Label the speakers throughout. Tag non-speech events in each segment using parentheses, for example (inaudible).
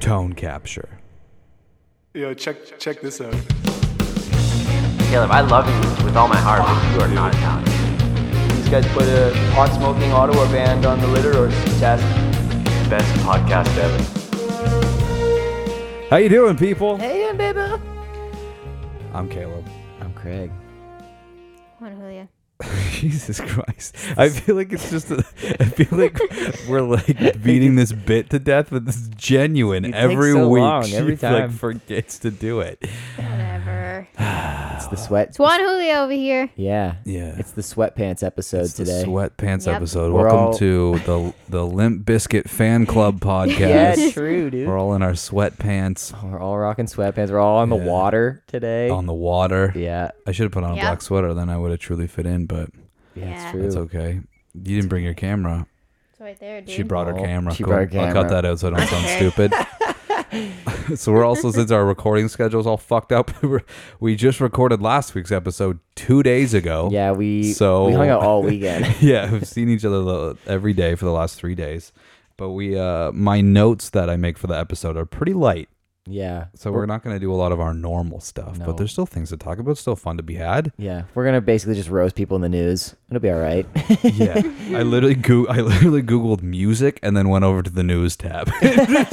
Speaker 1: tone capture.
Speaker 2: Yo, check check this out.
Speaker 3: Caleb, I love you with all my heart, but you are not Italian.
Speaker 4: These guys put a pot smoking Ottawa band on the litter or test.
Speaker 3: Best podcast ever.
Speaker 1: How you doing, people?
Speaker 5: Hey, baby.
Speaker 1: I'm Caleb. (laughs)
Speaker 6: I'm Craig.
Speaker 5: Juan Julia.
Speaker 1: Jesus Christ! I feel like it's just. A, I feel like we're like beating this bit to death, but it's genuine.
Speaker 6: It takes
Speaker 1: every
Speaker 6: so
Speaker 1: week,
Speaker 6: long, every
Speaker 1: she like
Speaker 6: time.
Speaker 1: forgets to do it. (sighs)
Speaker 5: Whatever.
Speaker 6: It's the sweat.
Speaker 5: It's Juan Julia over here.
Speaker 6: Yeah.
Speaker 1: Yeah.
Speaker 6: It's the sweatpants episode
Speaker 1: It's
Speaker 6: today.
Speaker 1: the sweatpants
Speaker 5: Yep.
Speaker 1: episode.
Speaker 6: We're
Speaker 1: Welcome
Speaker 6: all-
Speaker 1: to the the Limp Biscuit fan
Speaker 6: (laughs)
Speaker 1: club podcast.
Speaker 6: yeah, true, dude.
Speaker 1: We're
Speaker 6: We're all,
Speaker 1: all in our sweatpants
Speaker 6: rocking sweatpants. We're all on the
Speaker 1: Yeah.
Speaker 6: water today.
Speaker 1: on the water.
Speaker 6: yeah.
Speaker 1: I should have put on a
Speaker 5: Yeah.
Speaker 1: black sweater, then I would have truly fit in. But
Speaker 6: Yeah, it's
Speaker 5: Yeah.
Speaker 6: true.
Speaker 1: it's okay. You didn't bring your camera.
Speaker 5: It's right there, dude.
Speaker 1: She brought her
Speaker 6: Oh,
Speaker 1: camera.
Speaker 6: she brought her
Speaker 1: I'll cut
Speaker 6: camera.
Speaker 1: that out so I don't
Speaker 6: (laughs)
Speaker 1: sound
Speaker 5: Okay.
Speaker 1: stupid. so we're also since our recording schedule's all fucked up. (laughs) we're- we just recorded last week's episode two days ago.
Speaker 6: Yeah, we
Speaker 1: So-
Speaker 6: we hung out all
Speaker 1: (laughs)
Speaker 6: weekend.
Speaker 1: yeah, we've seen each other the, every day for the last three days. But we, uh, my notes that I make for the episode are pretty light,
Speaker 6: yeah.
Speaker 1: so we're not going to do a lot of our normal stuff.
Speaker 6: No.
Speaker 1: But there's still things to talk about, still fun to be
Speaker 6: (laughs)
Speaker 1: had.
Speaker 6: Yeah. We're gonna basically just roast people in the news. It'll be all right.
Speaker 1: Yeah, I literally go- I literally googled music and then went over to the news tab.
Speaker 6: nice.
Speaker 1: (laughs)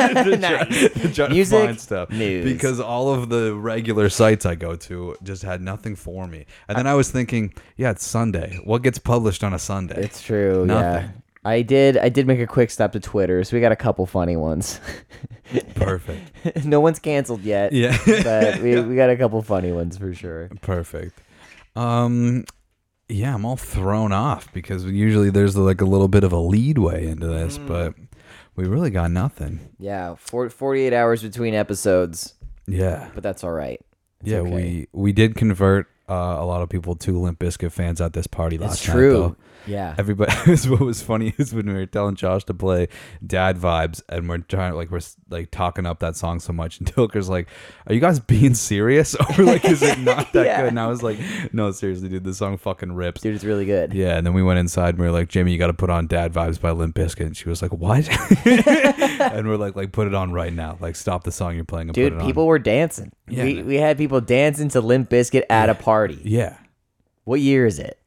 Speaker 1: trying to
Speaker 6: Music,
Speaker 1: find stuff
Speaker 6: news.
Speaker 1: because all of the regular sites I go to just had nothing for me. And then I was thinking, yeah, it's Sunday. What gets published on a Sunday?
Speaker 6: It's true. Yeah.
Speaker 1: Nothing.
Speaker 6: I did. I did make a quick stop to Twitter, so we got a couple funny ones. (laughs)
Speaker 1: perfect.
Speaker 6: no one's canceled yet.
Speaker 1: Yeah.
Speaker 6: But we, we got a couple funny ones for sure.
Speaker 1: Perfect. Um yeah, I'm all thrown off because usually there's like a little bit of a lead way into this,
Speaker 6: Mm.
Speaker 1: but we really got nothing.
Speaker 6: Yeah, four, 48 hours between episodes,
Speaker 1: Yeah.
Speaker 6: but that's all right. It's
Speaker 1: yeah,
Speaker 6: okay.
Speaker 1: we we did convert uh, a lot of people to Limp Bizkit fans at this party last
Speaker 6: That's
Speaker 1: night,
Speaker 6: true.
Speaker 1: though.
Speaker 6: Yeah.
Speaker 1: Everybody, (laughs) what was funny is when we were telling Josh to play "Dad Vibes," and we're trying, like, we're like talking up that song so much, (laughs) and Tilker's like, "Are you guys being serious?" (laughs) Or like, "Is it not that
Speaker 6: (laughs) Yeah.
Speaker 1: good?" And I was like, "No, seriously, dude, this song fucking rips."
Speaker 6: Dude, it's really good.
Speaker 1: Yeah, and then we went inside and we were like, Jamie, you got to put on Dad Vibes by Limp Bizkit. And she was like,
Speaker 6: (laughs)
Speaker 1: What? and we're like, like, put it on right now. Like, stop the song you're playing and put
Speaker 6: Dude,
Speaker 1: it on.
Speaker 6: people were dancing.
Speaker 1: Yeah,
Speaker 6: we,
Speaker 1: man.
Speaker 6: we had people dancing to Limp Bizkit at a party.
Speaker 1: Yeah.
Speaker 6: What year is it?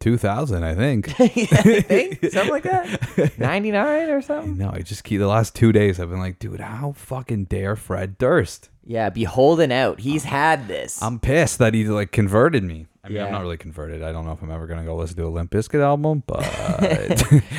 Speaker 1: 2000, I
Speaker 6: (laughs)
Speaker 1: think. (laughs)
Speaker 6: I think something like that. 99 or something?
Speaker 1: no, I just keep the last two days. I've been like, dude, how fucking dare Fred Durst?
Speaker 6: Yeah, be holding out. He's had this.
Speaker 1: I'm pissed that he like converted me. I mean, I'm
Speaker 6: Yeah.
Speaker 1: not really converted. I don't know if I'm ever gonna go listen to a Limp Bizkit
Speaker 6: (laughs)
Speaker 1: album, but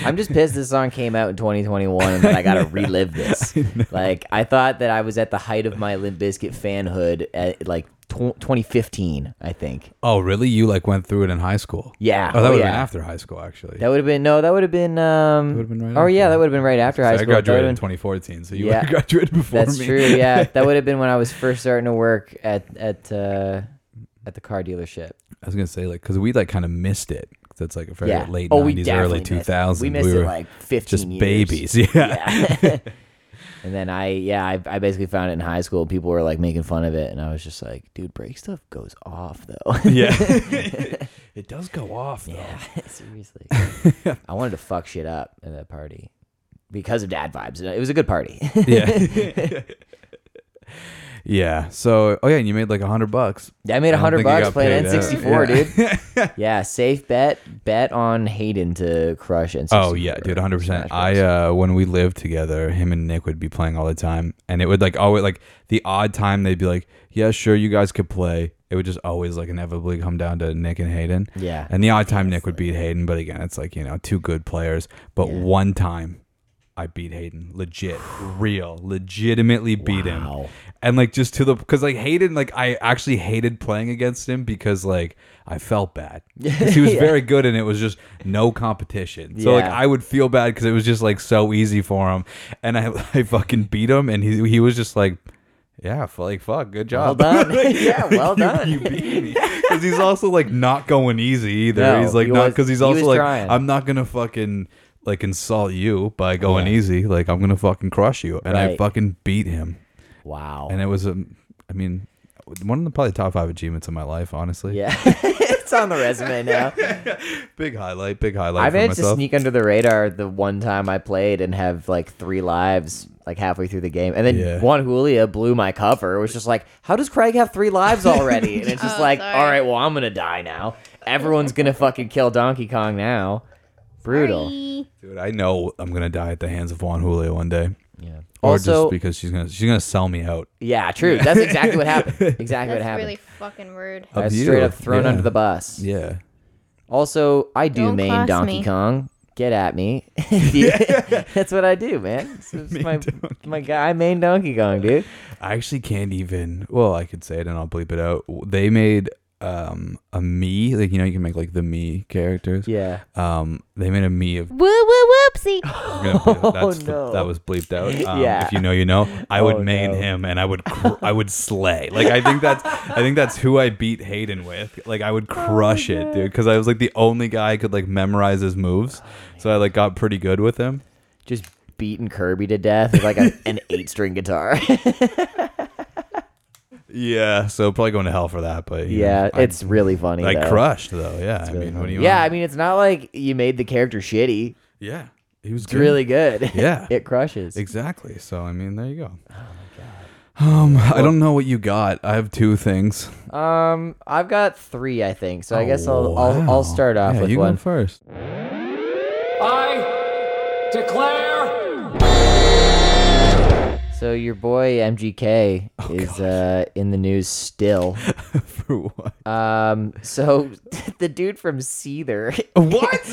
Speaker 1: (laughs)
Speaker 6: I'm just pissed this song came out in 2021 and that I got to
Speaker 1: (laughs)
Speaker 6: relive this. like, I thought that I was at the height of my Limp Bizkit fanhood at like tw- 2015, I think.
Speaker 1: oh, really? You like went through it in high school?
Speaker 6: Yeah.
Speaker 1: Oh, that
Speaker 6: Oh,
Speaker 1: would have been
Speaker 6: yeah.
Speaker 1: after high school, actually.
Speaker 6: That would have been, no, that would have been, um,
Speaker 1: would've been right
Speaker 6: oh, yeah,
Speaker 1: after.
Speaker 6: that would have been right after high
Speaker 1: I
Speaker 6: school. That
Speaker 1: graduated in
Speaker 6: would've been-
Speaker 1: 2014, so you
Speaker 6: Yeah.
Speaker 1: would have (laughs) graduated before
Speaker 6: That's
Speaker 1: me.
Speaker 6: true.
Speaker 1: (laughs)
Speaker 6: Yeah, that would have been when I was first starting to work at at uh, at the car dealership.
Speaker 1: I was gonna say like because we like kind of missed it. 'Cause That's like a very
Speaker 6: yeah.
Speaker 1: late
Speaker 6: oh, we
Speaker 1: 90s,
Speaker 6: definitely
Speaker 1: early
Speaker 6: missed it.
Speaker 1: 2000s.
Speaker 6: We missed
Speaker 1: were
Speaker 6: it like fifteen.
Speaker 1: just
Speaker 6: years.
Speaker 1: babies. (laughs) Yeah.
Speaker 6: Yeah. and then I yeah I, I basically found it in high school. People were like making fun of it, and I was just like, dude, break stuff goes off though. (laughs)
Speaker 1: Yeah. (laughs) it does go off though.
Speaker 6: yeah, (laughs) seriously. I wanted to fuck shit up at that party because of dad vibes. It was a good party. (laughs)
Speaker 1: (laughs) Yeah. yeah. So, oh yeah, and you made like a hundred bucks.
Speaker 6: I made
Speaker 1: I
Speaker 6: a
Speaker 1: don't
Speaker 6: hundred
Speaker 1: think you
Speaker 6: bucks
Speaker 1: got
Speaker 6: playing
Speaker 1: paid
Speaker 6: N
Speaker 1: out.
Speaker 6: sixty four,
Speaker 1: Yeah.
Speaker 6: dude.
Speaker 1: (laughs)
Speaker 6: yeah, safe bet. Bet on Hayden to crush N64.
Speaker 1: Oh yeah, dude, hundred percent. I uh, when we lived together, him and Nick would be playing all the time, and it would like always like the odd time they'd be like, "Yeah, sure, you guys could play." It would just always like inevitably come down to Nick and Hayden.
Speaker 6: Yeah.
Speaker 1: And the odd time Nick would beat Hayden, but again, it's like you know two good players. But one time, I beat Hayden, legit, real, legitimately beat
Speaker 6: Wow.
Speaker 1: him, and like just to the because like Hayden, like I actually hated playing against him because like I felt
Speaker 6: (laughs)
Speaker 1: bad. 'Cause He was very good, and it was just no competition. So like
Speaker 6: Yeah.
Speaker 1: I would feel bad because it was just like so easy for him, and I (laughs) I fucking beat him, and he he was just like. Yeah, f- like fuck, good
Speaker 6: well
Speaker 1: job. (laughs)
Speaker 6: done. yeah, well done.
Speaker 1: You beat me. Because he's also like not going easy either.
Speaker 6: No,
Speaker 1: he's like
Speaker 6: he
Speaker 1: not
Speaker 6: was-
Speaker 1: because he's
Speaker 6: he
Speaker 1: also
Speaker 6: was
Speaker 1: like
Speaker 6: trying.
Speaker 1: I'm not gonna fucking like insult you by going easy. Like I'm gonna fucking crush you, and I
Speaker 6: Right.
Speaker 1: fucking beat him.
Speaker 6: wow.
Speaker 1: And it was um, I mean, one of the probably top five achievements of my life, honestly.
Speaker 6: Yeah, (laughs) it's on the resume now.
Speaker 1: Big highlight, big highlight
Speaker 6: I
Speaker 1: for
Speaker 6: managed to
Speaker 1: myself.
Speaker 6: sneak under the radar the one time I played and have like three lives like halfway through the game, and then
Speaker 1: Yeah.
Speaker 6: Juan Julia blew my cover. It was just like, how does Craig have
Speaker 1: (laughs)
Speaker 6: three lives already? And it's just
Speaker 5: Oh,
Speaker 6: like,
Speaker 5: sorry.
Speaker 6: all right, well I'm gonna die now. Everyone's gonna fucking kill Donkey Kong now. Brutal.
Speaker 5: Sorry.
Speaker 1: Dude, I know I'm gonna die at the hands of Juan Julio one day.
Speaker 6: Yeah.
Speaker 1: Or
Speaker 6: Also,
Speaker 1: just because she's gonna she's gonna sell me out.
Speaker 6: yeah, true. That's exactly what happened.
Speaker 1: (laughs)
Speaker 6: Exactly what
Speaker 5: That's
Speaker 6: happened.
Speaker 5: really fucking rude.
Speaker 6: I was
Speaker 1: Of you.
Speaker 6: straight up thrown
Speaker 1: Yeah.
Speaker 6: under the bus.
Speaker 1: Yeah.
Speaker 6: Also, I do
Speaker 5: Don't
Speaker 6: main
Speaker 5: cross
Speaker 6: Donkey
Speaker 5: me.
Speaker 6: Kong. Get at me. (laughs) That's what I do, man.
Speaker 1: (laughs)
Speaker 6: It's- it's my, my guy main Donkey Kong, dude.
Speaker 1: I actually can't even. Well, I could say it and I'll bleep it out. They made um a me like you know you can make like the me characters.
Speaker 6: Yeah.
Speaker 1: Um, they made a me of.
Speaker 5: Woo woo whoopsie.
Speaker 1: I'm gonna bleep-
Speaker 6: (laughs) Oh,
Speaker 1: that's-
Speaker 6: no.
Speaker 1: That was bleeped
Speaker 6: (laughs)
Speaker 1: out. Um,
Speaker 6: Yeah.
Speaker 1: If you know, you know. I would
Speaker 6: Oh,
Speaker 1: main
Speaker 6: no.
Speaker 1: him and I would
Speaker 6: (laughs)
Speaker 1: cr- I would slay. Like I think that's I think that's who I beat Hayden with. Like I would
Speaker 6: Oh,
Speaker 1: crush it, dude. Because I was like the only guy I could like memorize his moves. So I like got pretty good with him.
Speaker 6: Just beating Kirby to death with
Speaker 1: (laughs)
Speaker 6: like a, an eight string guitar.
Speaker 1: Yeah. So probably going to hell for that. But you know,
Speaker 6: (laughs) yeah,
Speaker 1: I-
Speaker 6: it's really funny.
Speaker 1: I
Speaker 6: though.
Speaker 1: crushed though. Yeah. I
Speaker 6: Really
Speaker 1: mean, what do
Speaker 6: funny.
Speaker 1: you?
Speaker 6: yeah,
Speaker 1: want?
Speaker 6: I mean, it's not like you made the character shitty.
Speaker 1: Yeah. He was
Speaker 6: It's really good.
Speaker 1: (laughs) Yeah.
Speaker 6: (laughs) it crushes.
Speaker 1: Exactly. So I mean, there you go. Oh my god. Um, I don't know what you got. I have two things.
Speaker 6: Um, I've got three, I think. So I guess I'll, I'll
Speaker 1: Oh, Wow.
Speaker 6: I'll start off
Speaker 1: yeah,
Speaker 6: with
Speaker 1: you
Speaker 6: one.
Speaker 1: Go first.
Speaker 6: So your boy MGK
Speaker 1: Oh,
Speaker 6: is uh, in the news still.
Speaker 1: For what?
Speaker 6: Um, so (laughs) the dude from Seether
Speaker 1: (laughs) (laughs)
Speaker 6: (laughs)
Speaker 1: what?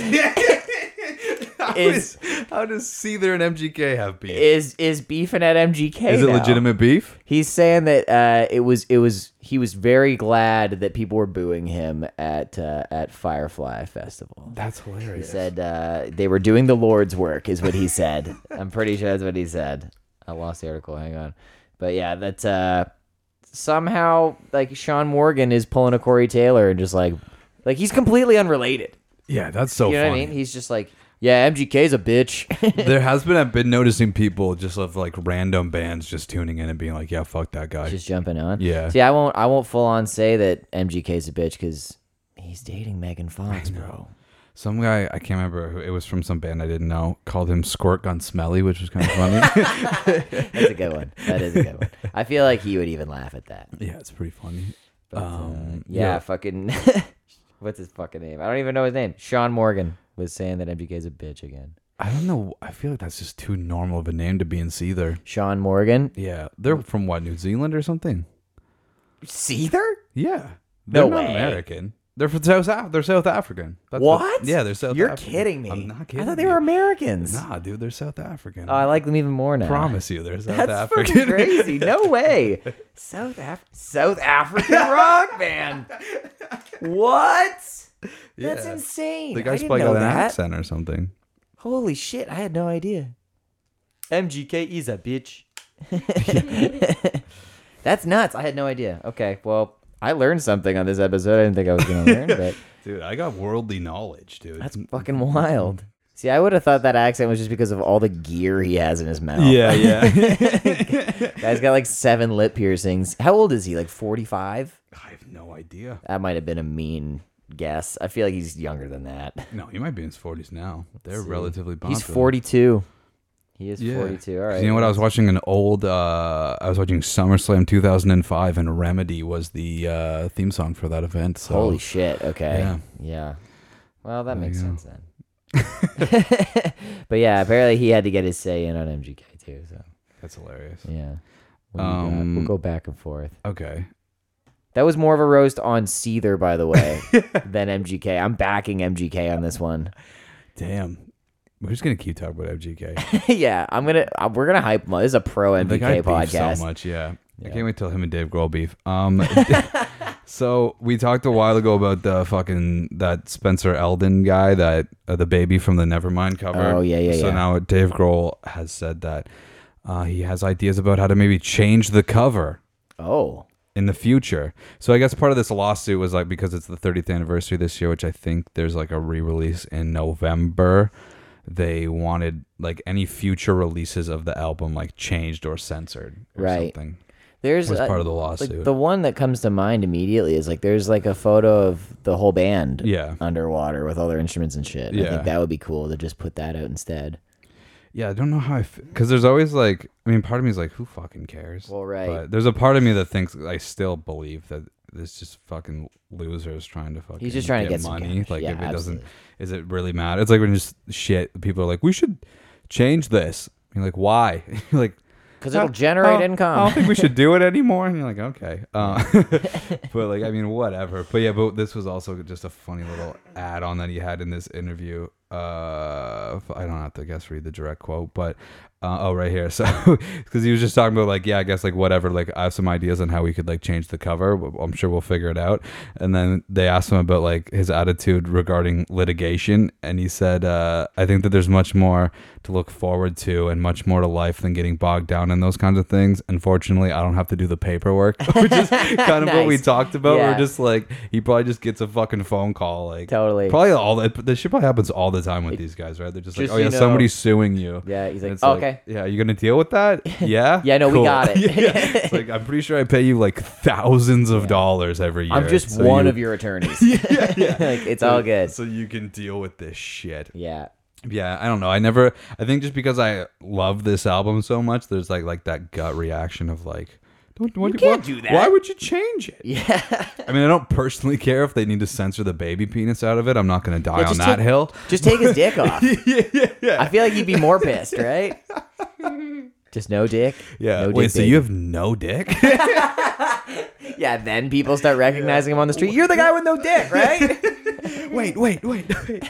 Speaker 1: how,
Speaker 6: Is-
Speaker 1: does, how does Seether and MGK have beef?
Speaker 6: is is beefing at MGK.
Speaker 1: Is it
Speaker 6: now.
Speaker 1: legitimate beef?
Speaker 6: He's saying that uh, it was it was he was very glad that people were booing him at uh, at Firefly Festival.
Speaker 1: That's hilarious.
Speaker 6: Said uh, they were doing the Lord's work, is what
Speaker 1: (laughs)
Speaker 6: he said. I'm pretty sure that's what he said. I lost the article. Hang on, but yeah, that's uh, somehow like Sean Morgan is pulling a Corey Taylor and just like like he's completely unrelated.
Speaker 1: Yeah, that's so
Speaker 6: You know
Speaker 1: funny.
Speaker 6: what I mean? (laughs) He's just like, yeah, MGK's a bitch. (laughs)
Speaker 1: there has been I've been noticing people just of like random bands just tuning in and being like, yeah, fuck that guy.
Speaker 6: just jumping on.
Speaker 1: Yeah.
Speaker 6: See, I won't. I won't full on say that MGK's a bitch because he's dating Megan Fox, bro.
Speaker 1: some guy I can't remember who it was from some band I didn't know called him Squirt Gun Smelly, which was kind of
Speaker 6: (laughs)
Speaker 1: funny. (laughs)
Speaker 6: That's a good one. That is a good one. I feel like he would even laugh at
Speaker 1: (laughs)
Speaker 6: that.
Speaker 1: yeah, it's pretty funny.
Speaker 6: But, uh,
Speaker 1: Um,
Speaker 6: yeah,
Speaker 1: yeah.
Speaker 6: fucking. (laughs) what's his fucking name? I don't even know his name. Sean Morgan was saying that MGK's a bitch again.
Speaker 1: I don't know. I feel like that's just too normal of a name to be in Seether.
Speaker 6: Sean Morgan.
Speaker 1: Yeah, they're from what New Zealand or something.
Speaker 6: Seether?
Speaker 1: Yeah, they're
Speaker 6: No
Speaker 1: not
Speaker 6: way.
Speaker 1: American. They're from South. Af- they're South African. That's
Speaker 6: What?
Speaker 1: yeah, they're South.
Speaker 6: You're
Speaker 1: African.
Speaker 6: kidding me.
Speaker 1: I'm not kidding.
Speaker 6: I thought they were
Speaker 1: you.
Speaker 6: Americans.
Speaker 1: Nah, dude, they're South African.
Speaker 6: Oh, I like them even more now.
Speaker 1: promise you, they're South
Speaker 6: That's
Speaker 1: African. (laughs)
Speaker 6: fucking crazy. No way. South Af-
Speaker 1: (laughs)
Speaker 6: South African rock band. What?
Speaker 1: yeah.
Speaker 6: That's insane.
Speaker 1: The
Speaker 6: I
Speaker 1: guy's
Speaker 6: didn't
Speaker 1: probably
Speaker 6: know
Speaker 1: got an
Speaker 6: that.
Speaker 1: accent or something.
Speaker 6: Holy shit! I had no idea. MGK is a bitch. (laughs) That's nuts. I had no idea. Okay, well, I learned something on this episode. I didn't think I was gonna
Speaker 1: (laughs)
Speaker 6: learn, but
Speaker 1: Dude, I got worldly knowledge, dude. Mm.
Speaker 6: that's fucking wild. See, I would have thought that accent was just because of all the gear he has in his mouth.
Speaker 1: yeah,
Speaker 6: (laughs)
Speaker 1: yeah.
Speaker 6: guy's got like seven lip piercings. How old is he? Like forty-five.
Speaker 1: I have no idea.
Speaker 6: That might have been a mean guess. I feel like he's younger than that. (laughs)
Speaker 1: No, he might be in his forties now. They're relatively popular.
Speaker 6: He's 42. He is
Speaker 1: Yeah.
Speaker 6: 42. All
Speaker 1: 'Cause
Speaker 6: right.
Speaker 1: You know what? I was watching an old. Uh, I was watching SummerSlam 2005, and Remedy was the uh, theme song for that event. So
Speaker 6: Holy shit. Okay.
Speaker 1: Yeah.
Speaker 6: Yeah. Well, that makes
Speaker 1: you go.
Speaker 6: sense then. (laughs) but yeah, apparently he had to get his say in on MGK too. So
Speaker 1: that's hilarious.
Speaker 6: yeah. What do you got?
Speaker 1: Um,
Speaker 6: we'll go back and forth.
Speaker 1: Okay,
Speaker 6: That was more of a roast on Seether, by
Speaker 1: (laughs)
Speaker 6: the way, than MGK. I'm backing MGK on this one. (laughs)
Speaker 1: damn. We're just gonna keep talking about
Speaker 6: (laughs)
Speaker 1: FGK.
Speaker 6: yeah, I'm gonna uh, we're gonna hype him. up. This is a pro
Speaker 1: the guy
Speaker 6: MGK
Speaker 1: beefs
Speaker 6: podcast.
Speaker 1: so much. Yeah. I
Speaker 6: Yeah.
Speaker 1: can't wait till him and Dave Grohl beef.
Speaker 6: (laughs)
Speaker 1: Um, (laughs) so we talked a while ago about the fucking that Spencer Eldon guy, that uh, the baby from the Nevermind cover.
Speaker 6: Oh, yeah, yeah,
Speaker 1: So
Speaker 6: yeah.
Speaker 1: now Dave Grohl has said that uh, he has ideas about how to maybe change the cover.
Speaker 6: Oh,
Speaker 1: in the future. So I guess part of this lawsuit was like because it's the 30th anniversary this year, which I think there's like a re-release in November. They wanted like any future releases of the album like changed or censored or
Speaker 6: Right.
Speaker 1: something.
Speaker 6: There's
Speaker 1: was
Speaker 6: uh,
Speaker 1: part of the
Speaker 6: like
Speaker 1: lawsuit.
Speaker 6: the one that comes to mind immediately is like there's like a photo of the whole band
Speaker 1: Yeah.
Speaker 6: underwater with all their instruments and shit. I
Speaker 1: Yeah.
Speaker 6: think that would be cool to just put that out instead.
Speaker 1: yeah, I don't know how I because there's always like I mean, part of me is like, who fucking cares?
Speaker 6: Well, right.
Speaker 1: But there's a part of me that thinks I still believe that it's just fucking losers trying to fucking.
Speaker 6: He's just trying to get some
Speaker 1: money.
Speaker 6: cash.
Speaker 1: Like
Speaker 6: Yeah,
Speaker 1: if it doesn't,
Speaker 6: absolutely.
Speaker 1: is it really matter? It's like when just shit. People are like, we should change this. You're like, why? (laughs) You're like,
Speaker 6: Because it'll generate
Speaker 1: "Oh, I
Speaker 6: income.
Speaker 1: don't think we should do it anymore. And you're like, okay. Uh, but like, I mean, whatever. But yeah, but this was also just a funny little add on that he had in this interview. Uh, I don't have to guess read the direct quote, but uh, oh, right here. (laughs) So because he was just talking about like, yeah, I guess like whatever. Like, I have some ideas on how we could like change the cover. I'm sure we'll figure it out. And then they asked him about like his attitude regarding litigation, and he said, uh, I think that there's much more to look forward to and much more to life than getting bogged down in those kinds of things. Unfortunately, I don't have to do the paperwork, (laughs) which is kind of what we
Speaker 6: Nice.
Speaker 1: talked about.
Speaker 6: Yeah.
Speaker 1: We're just like he probably just gets a fucking phone call, like
Speaker 6: Totally.
Speaker 1: probably all that. This shit probably happens all the time with these guys, right? They're just, like,
Speaker 6: Just
Speaker 1: oh
Speaker 6: so
Speaker 1: yeah,
Speaker 6: you know.
Speaker 1: somebody's suing you.
Speaker 6: Yeah, he's
Speaker 1: And
Speaker 6: like,
Speaker 1: it's
Speaker 6: "Okay."
Speaker 1: yeah, you gonna deal with
Speaker 6: (laughs)
Speaker 1: that? Yeah,
Speaker 6: Yeah, no, we got
Speaker 1: (laughs)
Speaker 6: it.
Speaker 1: yeah. It's
Speaker 6: (laughs)
Speaker 1: like I'm pretty sure I pay you like thousands of dollars every year.
Speaker 6: (laughs) I'm just
Speaker 1: so
Speaker 6: one
Speaker 1: you-
Speaker 6: of your
Speaker 1: (laughs)
Speaker 6: attorneys. (laughs) like it's all good.
Speaker 1: so you can deal with this shit.
Speaker 6: Yeah.
Speaker 1: Yeah, I don't know. I never. I think just because I love this album so much, there's like like that gut reaction of like, don't what, you can't do that. Why would you change it? Yeah. I mean, I don't personally care if they need to censor the baby penis out of it. I'm not gonna die on
Speaker 6: just
Speaker 1: that
Speaker 6: take-
Speaker 1: hill.
Speaker 6: Just take
Speaker 1: (laughs)
Speaker 6: his dick off. yeah, yeah, yeah. I feel like you'd be more pissed, right? Just no dick.
Speaker 1: Yeah.
Speaker 6: No
Speaker 1: Wait.
Speaker 6: dick
Speaker 1: so
Speaker 6: baby.
Speaker 1: you have no dick? (laughs)
Speaker 6: Yeah, then people start recognizing him on the street. You're the guy with no
Speaker 1: (laughs)
Speaker 6: dick, right?
Speaker 1: wait. Wait. (laughs) Wait. Wait.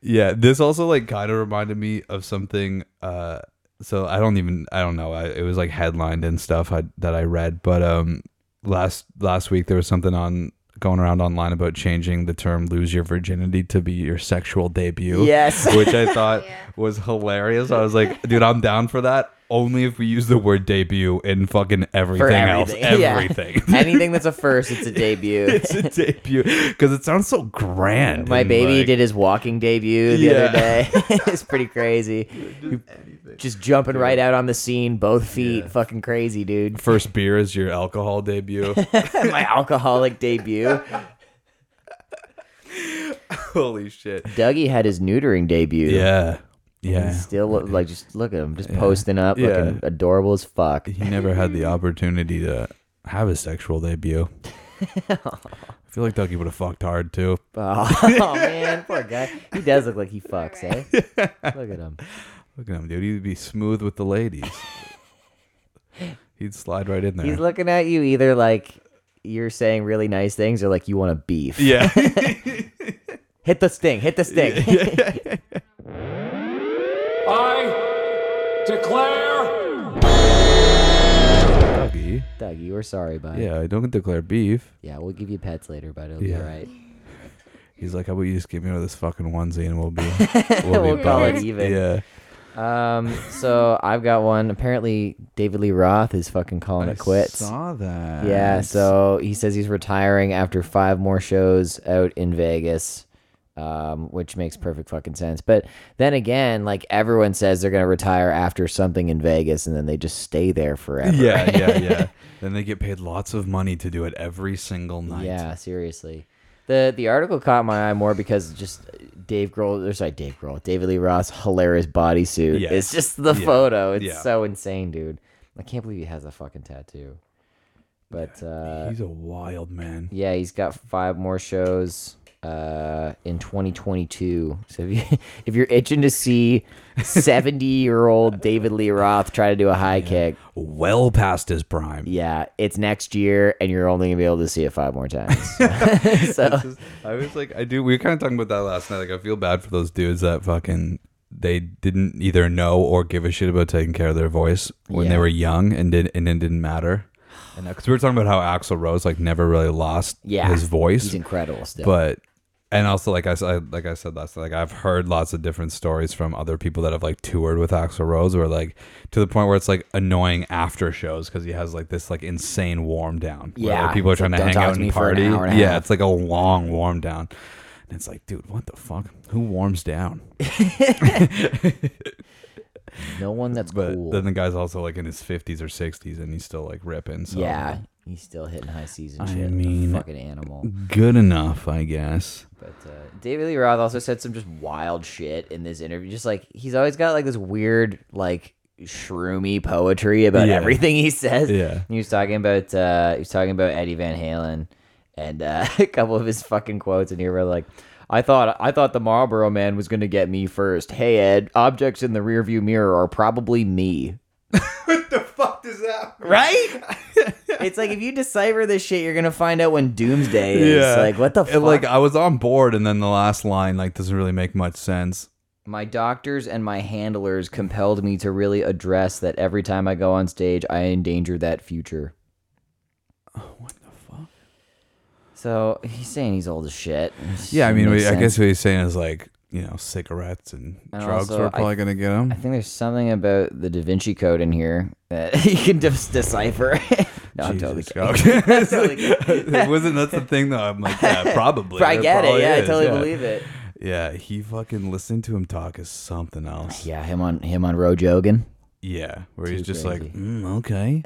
Speaker 1: yeah. This also like kind of reminded me of something. uh So I don't even. I don't know. I, it was like headlined and stuff I, that I read, but um, last last week there was something on going around online about changing the term lose your virginity to be your sexual debut. (laughs)
Speaker 6: Yes.
Speaker 1: Which
Speaker 6: (laughs)
Speaker 1: I thought was hilarious. I was like, dude, I'm down for that. Only if we use the word debut in fucking everything, else.
Speaker 6: everything. (laughs) Yeah.
Speaker 1: Everything.
Speaker 6: Anything that's a first, it's a debut.
Speaker 1: (laughs) it's a debut. Because it sounds so grand.
Speaker 6: My
Speaker 1: and,
Speaker 6: baby
Speaker 1: like-
Speaker 6: did his walking debut the
Speaker 1: Yeah. (laughs)
Speaker 6: other day. (laughs) it's pretty crazy. You- Just jumping right out on the scene, both feet. Fucking crazy,
Speaker 1: (laughs)
Speaker 6: dude.
Speaker 1: First beer is your alcohol
Speaker 6: (laughs)
Speaker 1: debut. (laughs)
Speaker 6: My alcoholic debut.
Speaker 1: Holy shit.
Speaker 6: (laughs) Dougie had his neutering debut.
Speaker 1: Yeah.
Speaker 6: He
Speaker 1: Yeah.
Speaker 6: Still look, like just look at him, just posting up,
Speaker 1: Yeah.
Speaker 6: looking adorable as fuck.
Speaker 1: He never had the opportunity to have a sexual
Speaker 6: (laughs)
Speaker 1: debut. I feel like Ducky would have fucked hard too.
Speaker 6: Oh, (laughs) oh, man, poor guy. He does
Speaker 1: (laughs)
Speaker 6: look like he fucks, eh? Look at him.
Speaker 1: Look at him, dude. He'd be smooth with the
Speaker 6: (laughs)
Speaker 1: ladies. He'd slide right in there.
Speaker 6: He's looking at you either like you're saying really nice things or like you want a beef. (laughs)
Speaker 1: yeah. (laughs)
Speaker 6: Hit the sting, hit the sting. (laughs)
Speaker 1: Dougie.
Speaker 6: Doug, you were sorry, bud.
Speaker 1: Yeah, I don't declare beef.
Speaker 6: Yeah, we'll give you pets later, but it'll
Speaker 1: Yeah.
Speaker 6: be all right.
Speaker 1: He's like, how about you just get me out of this fucking onesie and
Speaker 6: (laughs)
Speaker 1: we'll be we'll,
Speaker 6: We'll
Speaker 1: be
Speaker 6: call it
Speaker 1: buds."
Speaker 6: even.
Speaker 1: Yeah.
Speaker 6: Um, so I've got one. Apparently, David Lee Roth is fucking calling it quits.
Speaker 1: Saw that.
Speaker 6: Yeah, so he says he's retiring after five more shows out in Vegas, um, which makes perfect fucking sense. But then again, like everyone says they're gonna retire after something in Vegas, and then they just stay there forever.
Speaker 1: Yeah, yeah, (laughs) yeah. then they get paid lots of money to do it every single night.
Speaker 6: Yeah, seriously. The the article caught my eye more because just Dave Grohl, or sorry, Dave Grohl, David Lee Roth's hilarious bodysuit.
Speaker 1: Yes.
Speaker 6: It's just the
Speaker 1: Yeah.
Speaker 6: photo. It's
Speaker 1: Yeah.
Speaker 6: so insane, dude. I can't believe he has a fucking tattoo. But uh,
Speaker 1: He's a wild man.
Speaker 6: yeah, he's got five more shows uh, in 2022. So if, you, (laughs) if you're itching to see 70
Speaker 1: (laughs)
Speaker 6: year old David Lee Roth try to do a high kick,
Speaker 1: Well past his prime.
Speaker 6: yeah, it's next year, and you're only gonna be able to see it five
Speaker 1: (laughs)
Speaker 6: more times. (laughs) so
Speaker 1: This is- I was like, I do. We were kind of talking about that last night. Like, I feel bad for those dudes that fucking they didn't either know or give a shit about taking care of their voice when they
Speaker 6: Yeah.
Speaker 1: were young and did and it didn't
Speaker 6: (sighs)
Speaker 1: matter. And because we were talking about how Axl Rose like never really lost
Speaker 6: yeah,
Speaker 1: his voice,
Speaker 6: He's incredible still.
Speaker 1: but and also like I said, like I said last night, like I've heard lots of different stories from other people that have like toured with Axl Rose, where like to the point where it's like annoying after shows because he has like this like insane warm down. where, like,
Speaker 6: Yeah.
Speaker 1: people are
Speaker 6: It's like,
Speaker 1: trying to
Speaker 6: "Don't
Speaker 1: hang
Speaker 6: talk
Speaker 1: out
Speaker 6: to
Speaker 1: and
Speaker 6: me for an
Speaker 1: party.
Speaker 6: hour and a
Speaker 1: yeah,
Speaker 6: half.
Speaker 1: it's like a long warm down, and it's like, dude, what the fuck? Who warms down?
Speaker 6: No one that's
Speaker 1: But
Speaker 6: cool.
Speaker 1: then the guy's also like in his 50s or 60s and he's still like ripping. So
Speaker 6: yeah, he's still hitting high season
Speaker 1: um, I
Speaker 6: shit. like a
Speaker 1: mean-
Speaker 6: fucking animal.
Speaker 1: Good enough, I guess.
Speaker 6: But uh, David Lee Roth also said some just wild shit in this interview. Just like he's always got like this weird like shroomy poetry about
Speaker 1: Yeah.
Speaker 6: everything he says.
Speaker 1: Yeah.
Speaker 6: He was talking about uh, he was talking about Eddie Van Halen and uh, (laughs) a couple of his fucking quotes in here were like. I thought I thought the Marlboro man was going to get me first. Hey Ed, objects in the rearview mirror are
Speaker 1: (laughs)
Speaker 6: probably me. Right? (laughs) it's like if you decipher this shit, you're gonna find out when doomsday is. Like what the
Speaker 1: And,
Speaker 6: fuck?
Speaker 1: Like I was on board and then the last line like doesn't really make much sense.
Speaker 6: my doctors and my handlers compelled me to really address that every time I go on stage, I endanger that
Speaker 1: (laughs)
Speaker 6: future. So he's saying he's old as shit.
Speaker 1: Yeah, I
Speaker 6: It
Speaker 1: mean,
Speaker 6: makes
Speaker 1: we, I
Speaker 6: sense.
Speaker 1: guess what he's saying is like, you know, cigarettes and,
Speaker 6: And
Speaker 1: drugs
Speaker 6: also,
Speaker 1: were probably going to get him.
Speaker 6: I think there's something about the Da Vinci Code in here that (laughs) you can just decipher. (laughs) no, (laughs) I'm totally
Speaker 1: Jesus,
Speaker 6: kidding.
Speaker 1: okay. (laughs) It's
Speaker 6: Totally
Speaker 1: like-
Speaker 6: kidding.
Speaker 1: it wasn't that's the thing though. I'm like,
Speaker 6: (laughs)
Speaker 1: yeah, probably.
Speaker 6: I get it.
Speaker 1: probably
Speaker 6: Yeah, I
Speaker 1: is,
Speaker 6: totally
Speaker 1: yeah.
Speaker 6: believe it.
Speaker 1: Yeah, he fucking listening to him talk is something else.
Speaker 6: Yeah, him on him on Rojogan.
Speaker 1: Yeah, where he's
Speaker 6: Too
Speaker 1: just like,
Speaker 6: crazy.
Speaker 1: mm,
Speaker 6: (laughs)
Speaker 1: okay.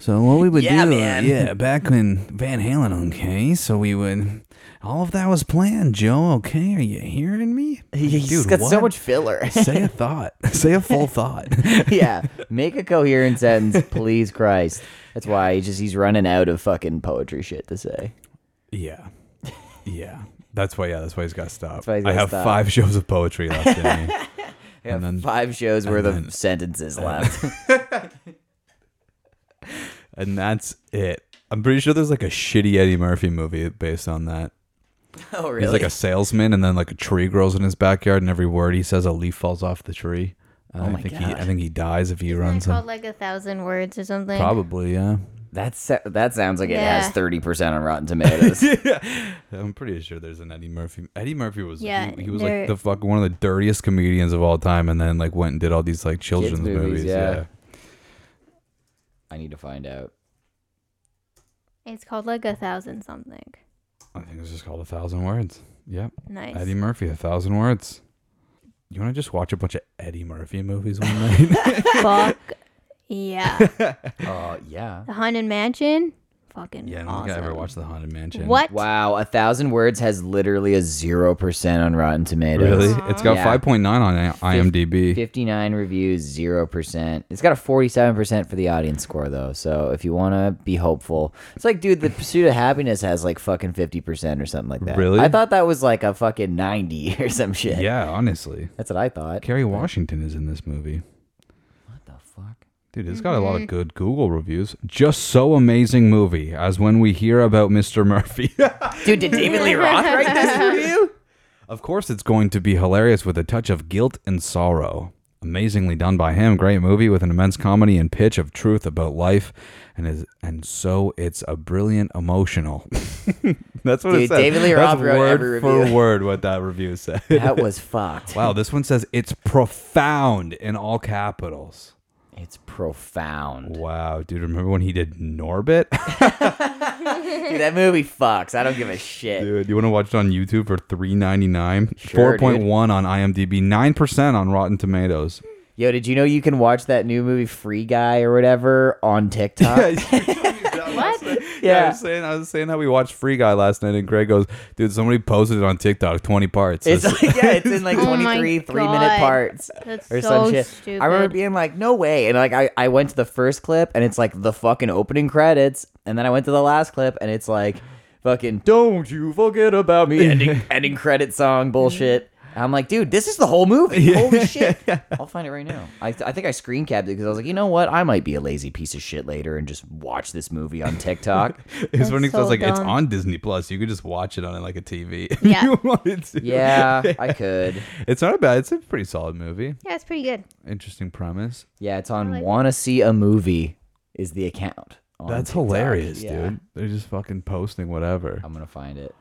Speaker 1: So what we would
Speaker 6: Yeah,
Speaker 1: do, uh,
Speaker 6: man.
Speaker 1: yeah, back when Van Halen, okay, so we would, all of that was planned, Joe. Okay, are you hearing me?
Speaker 6: (laughs) He's
Speaker 1: Dude,
Speaker 6: got so
Speaker 1: what?
Speaker 6: much filler.
Speaker 1: Say a thought. (laughs) Say a full thought.
Speaker 6: yeah, make a coherent sentence, please, Christ. That's why he just he's running out of fucking poetry shit to say.
Speaker 1: yeah, yeah. That's why. Yeah, that's why he's got to stop.
Speaker 6: That's why he's
Speaker 1: I
Speaker 6: gotta
Speaker 1: have
Speaker 6: stop.
Speaker 1: five shows of poetry left in
Speaker 6: (laughs)
Speaker 1: me.
Speaker 6: Yeah,
Speaker 1: And then-
Speaker 6: five shows worth
Speaker 1: then-
Speaker 6: of sentences left.
Speaker 1: (laughs) and that's it. I'm pretty sure there's like a shitty Eddie Murphy movie based on that.
Speaker 6: oh, really?
Speaker 1: He's like a salesman, and then like a tree grows in his backyard, and every word he says, a leaf falls off the tree. And I
Speaker 6: Oh my
Speaker 1: think he,
Speaker 6: God.
Speaker 1: I think he dies if (gasps) he
Speaker 5: Isn't it
Speaker 1: runs.
Speaker 5: called
Speaker 1: Him.
Speaker 5: like a thousand words or something?
Speaker 1: Probably, yeah.
Speaker 6: That's sa- that sounds like it has
Speaker 5: Yeah.
Speaker 6: thirty percent on
Speaker 1: (laughs)
Speaker 6: Rotten Tomatoes.
Speaker 1: I'm pretty sure there's an Eddie Murphy. Eddie Murphy was
Speaker 5: Yeah,
Speaker 1: he, he was
Speaker 5: there-
Speaker 1: like the fuck one of the dirtiest comedians of all time, and then like went and did all these like children's
Speaker 6: movies,
Speaker 1: movies.
Speaker 6: yeah.
Speaker 1: yeah.
Speaker 6: I need to find out.
Speaker 5: It's called like a thousand something.
Speaker 1: I think it's just called a thousand words. Yep.
Speaker 5: Nice.
Speaker 1: Eddie Murphy, a thousand words. You want to just watch a bunch of Eddie Murphy movies one
Speaker 5: (laughs)
Speaker 1: night? (laughs)
Speaker 5: Fuck. yeah.
Speaker 6: Oh yeah.
Speaker 5: The Haunted Mansion. Fucking
Speaker 1: yeah, I don't
Speaker 5: awesome.
Speaker 1: think I ever watched The Haunted Mansion.
Speaker 5: What?
Speaker 6: Wow, a thousand words has literally a zero percent on Rotten Tomatoes.
Speaker 1: Really? It's got
Speaker 6: Yeah.
Speaker 1: 5.9 on I- IMDb.
Speaker 6: 59 reviews, 0%. It's got a 47% for the audience score, though. So if you want to be hopeful, it's like, dude, The Pursuit of Happiness has like fucking 50% or something like that.
Speaker 1: Really?
Speaker 6: I thought that was like a fucking 90 (laughs) or some shit.
Speaker 1: yeah, honestly.
Speaker 6: That's what I thought.
Speaker 1: Kerry Washington is in this movie.
Speaker 6: What the fuck?
Speaker 1: Dude, it's got a
Speaker 5: Mm-hmm.
Speaker 1: lot of good Google reviews. Just so amazing movie, as when we hear about Mr. Murphy. (laughs)
Speaker 6: Dude, did David Lee Roth write this review?
Speaker 1: of course, it's going to be hilarious with a touch of guilt and sorrow. Amazingly done by him. Great movie with an immense comedy and pitch of truth about life, and is and so it's a brilliant emotional. (laughs) That's what
Speaker 6: Dude,
Speaker 1: it says.
Speaker 6: David Lee
Speaker 1: That's
Speaker 6: Roth wrote
Speaker 1: word
Speaker 6: every
Speaker 1: for
Speaker 6: review.
Speaker 1: word what that review said.
Speaker 6: That was
Speaker 1: (laughs)
Speaker 6: fucked.
Speaker 1: Wow, this one says it's profound in all capitals.
Speaker 6: It's profound.
Speaker 1: Wow, dude, remember when he did Norbit? (laughs)
Speaker 6: Dude, that movie fucks. I don't give a shit.
Speaker 1: dude, you want to watch it on YouTube for three ninety nine?
Speaker 6: Sure,
Speaker 1: Four
Speaker 6: dude.
Speaker 1: point one on IMDb, nine percent on Rotten Tomatoes.
Speaker 6: Yo, did you know you can watch that new movie Free Guy or whatever
Speaker 1: (laughs)
Speaker 6: on TikTok?
Speaker 5: (laughs)
Speaker 1: I was saying, I was saying how we watched Free Guy last night, and Greg goes, "Dude, somebody posted it on TikTok, twenty parts."
Speaker 6: It's
Speaker 1: That's-
Speaker 6: like, yeah, it's in like
Speaker 5: (laughs) Oh my
Speaker 6: 23 three minute
Speaker 5: God.
Speaker 6: parts
Speaker 5: That's
Speaker 6: or
Speaker 5: so
Speaker 6: some shit.
Speaker 5: stupid.
Speaker 6: I remember being like, no way. And like, I, I went to the first clip and it's like the fucking opening credits. And then I went to the last clip and it's like fucking don't you forget about me
Speaker 5: (laughs)
Speaker 6: ending, ending credit song bullshit. And I'm like, dude, this is the whole movie. Holy
Speaker 5: (laughs)
Speaker 6: shit. I'll find it right now. I, I think I screen capped it because I was like, you know what? I might be a lazy piece of shit later and just watch this movie on
Speaker 5: (laughs)
Speaker 6: TikTok.
Speaker 1: it was when he
Speaker 5: That's
Speaker 1: says
Speaker 5: so
Speaker 1: like it's
Speaker 5: dumb.
Speaker 1: on Disney Plus, you could just watch it on like a TV. (laughs) if
Speaker 5: Yeah.
Speaker 1: you wanted to.
Speaker 6: yeah, I could.
Speaker 1: It's not bad. It's a pretty solid movie.
Speaker 5: Yeah, it's pretty good.
Speaker 1: Interesting premise.
Speaker 6: Yeah, it's on
Speaker 5: like it.
Speaker 6: Wanna See a Movie is the account. on
Speaker 1: That's
Speaker 6: TikTok.
Speaker 1: hilarious,
Speaker 6: Yeah.
Speaker 1: dude. They're just fucking posting whatever.
Speaker 6: I'm gonna find it.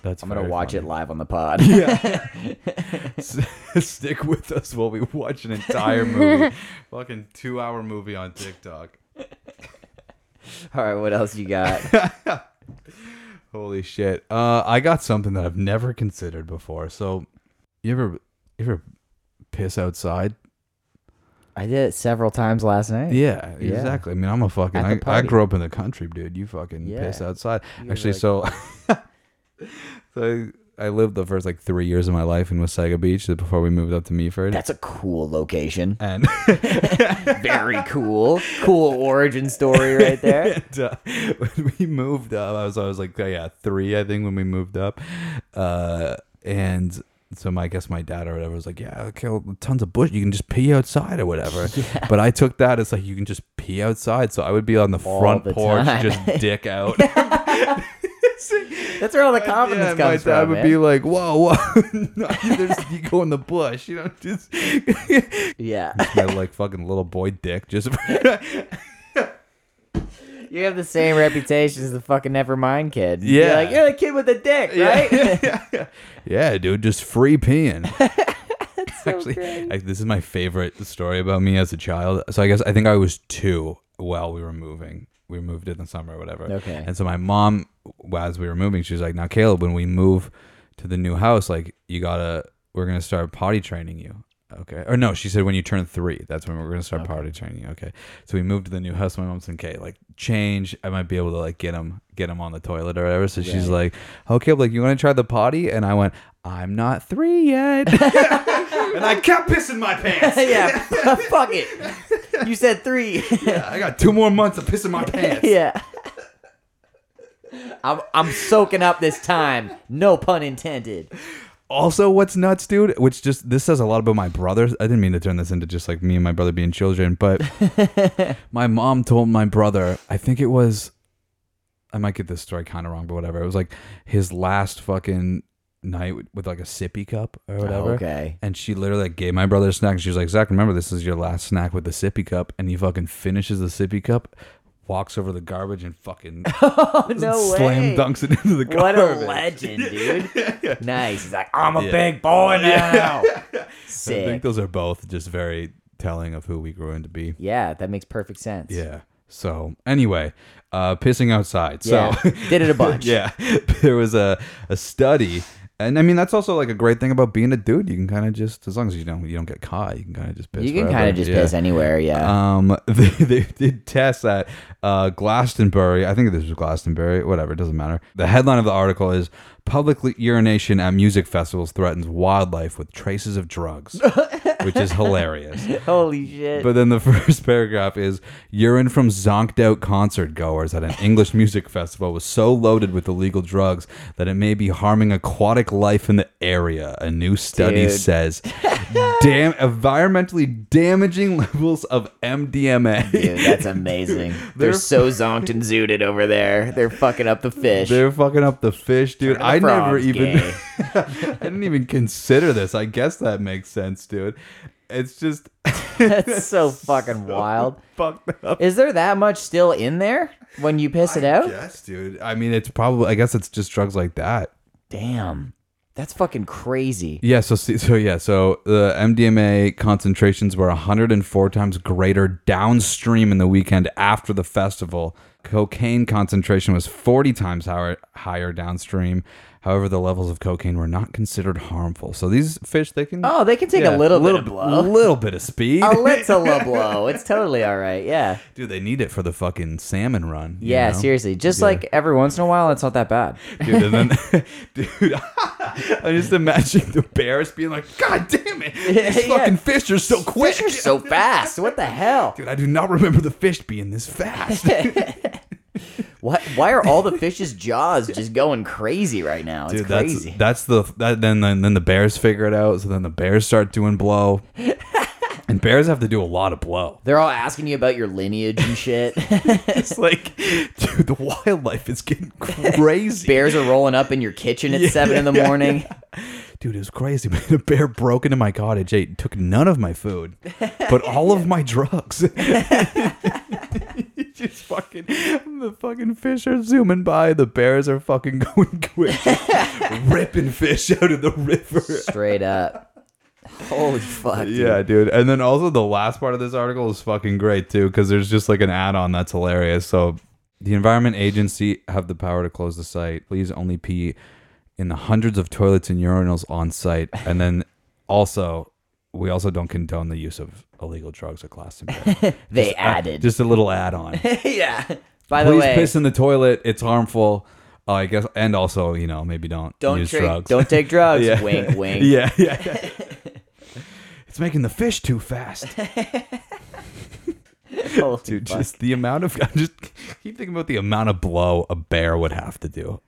Speaker 1: That's
Speaker 6: I'm gonna
Speaker 1: very
Speaker 6: watch
Speaker 1: funny.
Speaker 6: it live on the pod.
Speaker 1: (laughs) Stick with us while we watch an entire
Speaker 6: (laughs)
Speaker 1: movie, fucking two hour movie on TikTok.
Speaker 6: (laughs) All right, what else you
Speaker 1: (laughs)
Speaker 6: got?
Speaker 1: Holy shit! Uh, I got something that I've never considered before. So, you ever, you ever piss outside?
Speaker 6: I did it several times last night.
Speaker 1: Yeah,
Speaker 6: Yeah.
Speaker 1: exactly. I mean, I'm a fucking.
Speaker 6: At the
Speaker 1: I, I
Speaker 6: party.
Speaker 1: grew up in the country, dude. You fucking
Speaker 6: Yeah.
Speaker 1: piss outside.
Speaker 6: were
Speaker 1: Actually,
Speaker 6: like-
Speaker 1: so, (laughs) so I, I lived the first like three years of my life in Wasaga Beach before we moved up to Meaford.
Speaker 6: That's a cool location. (laughs)
Speaker 1: and
Speaker 6: Very cool. Cool origin story right there.
Speaker 1: and, uh, (laughs) when we moved up, I was I was like yeah three I think when we moved up, uh, and so my I guess my dad or whatever was like yeah okay well, tons of bush you can just pee outside or whatever,
Speaker 6: (laughs)
Speaker 1: but I took that as like you can just pee outside so I would be on the
Speaker 6: All
Speaker 1: front
Speaker 6: the
Speaker 1: porch
Speaker 6: time. (laughs)
Speaker 1: just dick out.
Speaker 6: That's where all the
Speaker 1: (laughs)
Speaker 6: confidence
Speaker 1: yeah,
Speaker 6: comes
Speaker 1: my dad
Speaker 6: from.
Speaker 1: would
Speaker 6: man.
Speaker 1: be like whoa whoa (laughs) no, there's, you go in the bush you know
Speaker 6: (laughs)
Speaker 1: just
Speaker 6: (laughs)
Speaker 1: (laughs)
Speaker 6: yeah.
Speaker 1: my like fucking little boy dick (laughs) just
Speaker 6: You have the same reputation as the fucking Nevermind kid. You're
Speaker 1: Yeah.
Speaker 6: like, you're the kid with the dick, right? (laughs)
Speaker 1: (laughs) Yeah, dude, just free peeing. Actually, I, this is my favorite story about me as a child. So I guess I think I was two while we were moving. We moved in the summer or whatever.
Speaker 6: Okay.
Speaker 1: And so my mom, as we were moving, she was like, "Now, Caleb, when we move to the new house, like you gotta, we're gonna start potty training you." Okay. Or no, she said when you turn three, that's when we're gonna start potty training. you. Okay. So we moved to the new house. My mom said, "Okay, like change. I might be able to like get him, get him on the toilet or whatever." So she's like, "Okay, like you want to try the potty?" And I went, "I'm not three yet." and I kept pissing my
Speaker 6: (laughs)
Speaker 1: pants. (laughs)
Speaker 6: yeah. Fuck it. You said three. (laughs)
Speaker 1: I got two more months of pissing my pants.
Speaker 6: yeah. (laughs) I'm, I'm soaking up this time. No pun intended.
Speaker 1: also what's nuts dude which just this says a lot about my brothers i didn't mean to turn this into just like me and my brother being children
Speaker 6: (laughs)
Speaker 1: but my mom told my brother i think it was i might get this story kind of wrong but whatever it was like his last fucking night with, with like a sippy cup or whatever
Speaker 6: okay.
Speaker 1: and she literally like, gave my brother a snack and she was like zach remember this is your last snack with the sippy cup and he fucking finishes the sippy cup walks over the garbage and fucking
Speaker 6: Oh, (laughs) no
Speaker 1: (laughs) slam
Speaker 6: way.
Speaker 1: dunks it into the
Speaker 6: What
Speaker 1: garbage
Speaker 6: a legend, dude. (laughs) Nice. He's like, I'm a
Speaker 1: Yeah.
Speaker 6: big boy now.
Speaker 1: (laughs) I think
Speaker 6: Sick.
Speaker 1: those are both just very telling of who we grew into be.
Speaker 6: Yeah, that makes perfect sense.
Speaker 1: Yeah. So anyway, uh, pissing outside.
Speaker 6: Yeah.
Speaker 1: (laughs) So
Speaker 6: (laughs) Did it a bunch.
Speaker 1: yeah, there was a, a study, and I mean that's also like a great thing about being a dude. You can kind of just as long as you don't you don't get caught, you can kind of just piss.
Speaker 6: You can
Speaker 1: wherever.
Speaker 6: kind of just
Speaker 1: Yeah.
Speaker 6: piss anywhere, yeah.
Speaker 1: Um, (laughs) they, they did tests at uh, Glastonbury. I think this was Glastonbury. Whatever, it doesn't matter. The headline of the article is "Public Urination at Music Festivals Threatens Wildlife with Traces of
Speaker 6: (laughs)
Speaker 1: Drugs," which is hilarious.
Speaker 6: Holy shit.
Speaker 1: But then the (laughs) first paragraph is urine from zonked out concert goers at an English music festival was so loaded with illegal drugs that it may be harming aquatic life in the area, a new study
Speaker 6: Dude. (laughs)
Speaker 1: says. Damn environmentally damaging levels of MDMA.
Speaker 6: Dude,
Speaker 1: (laughs)
Speaker 6: that's amazing. They're,
Speaker 1: They're-
Speaker 6: so zonked and zooted over there. They're fucking up the fish.
Speaker 1: They're fucking up the fish, dude.
Speaker 6: Turning the
Speaker 1: I never
Speaker 6: frogs
Speaker 1: even
Speaker 6: gay.
Speaker 1: (laughs) I didn't even consider this. I guess that makes sense, dude. It's
Speaker 6: (laughs)
Speaker 1: just (laughs)
Speaker 6: (laughs) that's so fucking wild.
Speaker 1: fucked up.
Speaker 6: Is there that much still in there when you piss it out?
Speaker 1: Yes, dude. I mean, it's probably. I guess it's just drugs like that.
Speaker 6: Damn. That's fucking crazy.
Speaker 1: Yeah, so see- so yeah, so the MDMA concentrations were 104 times greater downstream in the weekend after the festival. Cocaine concentration was 40 times higher, higher downstream. However, the levels of cocaine were not considered harmful. So these fish, they can
Speaker 6: Oh, they can take
Speaker 1: Yeah,
Speaker 6: a little, bit of Oh.
Speaker 1: bit- (laughs)
Speaker 6: blow.
Speaker 1: little bit of
Speaker 6: (laughs)
Speaker 1: speed.
Speaker 6: a little blow. It's totally all right. Yeah.
Speaker 1: Dude, they need it for the fucking salmon run. you
Speaker 6: Yeah,
Speaker 1: know?
Speaker 6: seriously. Just like every once in a while, it's not that bad.
Speaker 1: dude. And
Speaker 6: (laughs)
Speaker 1: then, (laughs) dude, I'm just imagining the bears being like, "God damn it, these
Speaker 6: (laughs) Yeah.
Speaker 1: fucking fish are so quick."
Speaker 6: Fish
Speaker 1: (laughs)
Speaker 6: are so fast. What the hell?
Speaker 1: Dude, I do not remember the fish being this fast. Dude,
Speaker 6: What? Why are all the fish's jaws just going crazy right now? It's
Speaker 1: that's
Speaker 6: crazy.
Speaker 1: that's the that, then, then then the bears figure it out. So then the bears start doing blow, and bears have to do a lot of blow.
Speaker 6: They're all asking you about your lineage and shit.
Speaker 1: (laughs)
Speaker 6: (laughs)
Speaker 1: It's like, dude, the wildlife is getting crazy.
Speaker 6: Bears are rolling up in your kitchen at seven in the morning.
Speaker 1: Dude, it was crazy. Man, a bear broke into my cottage, ate, took none of my food, but all of my drugs. (laughs) Just fucking, the fucking fish are zooming by. The bears are fucking (laughs) going quick, ripping fish out of the river.
Speaker 6: Straight up. Holy fuck. dude.
Speaker 1: Yeah, dude. And then also the last part of this article is fucking great too, because there's just like an add-on that's hilarious. So the Environment Agency have the power to close the site. Please only pee in the hundreds of toilets and urinals on site. And then also we also don't condone the use of illegal drugs or
Speaker 6: (laughs)
Speaker 1: class. impairment.
Speaker 6: They
Speaker 1: Just, uh,
Speaker 6: added.
Speaker 1: just a little add on.
Speaker 6: (laughs) yeah. By the
Speaker 1: Please
Speaker 6: way,
Speaker 1: piss in the toilet. It's harmful. Uh, I guess, and also, you know, maybe don't
Speaker 6: don't
Speaker 1: use
Speaker 6: drink,
Speaker 1: drugs. (laughs)
Speaker 6: don't take drugs. Wink, wink.
Speaker 1: Yeah, yeah.
Speaker 6: (laughs)
Speaker 1: yeah. it's making the fish too fast,
Speaker 6: Holy
Speaker 1: dude.
Speaker 6: fuck.
Speaker 1: Just the amount of (laughs) I'm just keep thinking about the amount of blow a bear would have to do.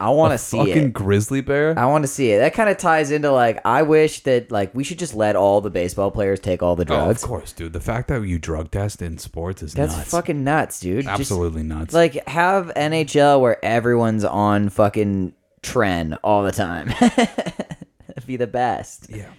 Speaker 6: I want to see
Speaker 1: Fucking
Speaker 6: it.
Speaker 1: grizzly bear.
Speaker 6: I want to see it. That kind of ties into like I wish that like we should just let all the baseball players take all the
Speaker 1: Oh, of
Speaker 6: drugs.
Speaker 1: course, dude. The fact that you drug test in sports is
Speaker 6: That's
Speaker 1: nuts.
Speaker 6: fucking nuts, dude. Just,
Speaker 1: absolutely nuts.
Speaker 6: like have NHL where everyone's on fucking trend all the time. (laughs) That'd be the best.
Speaker 1: yeah,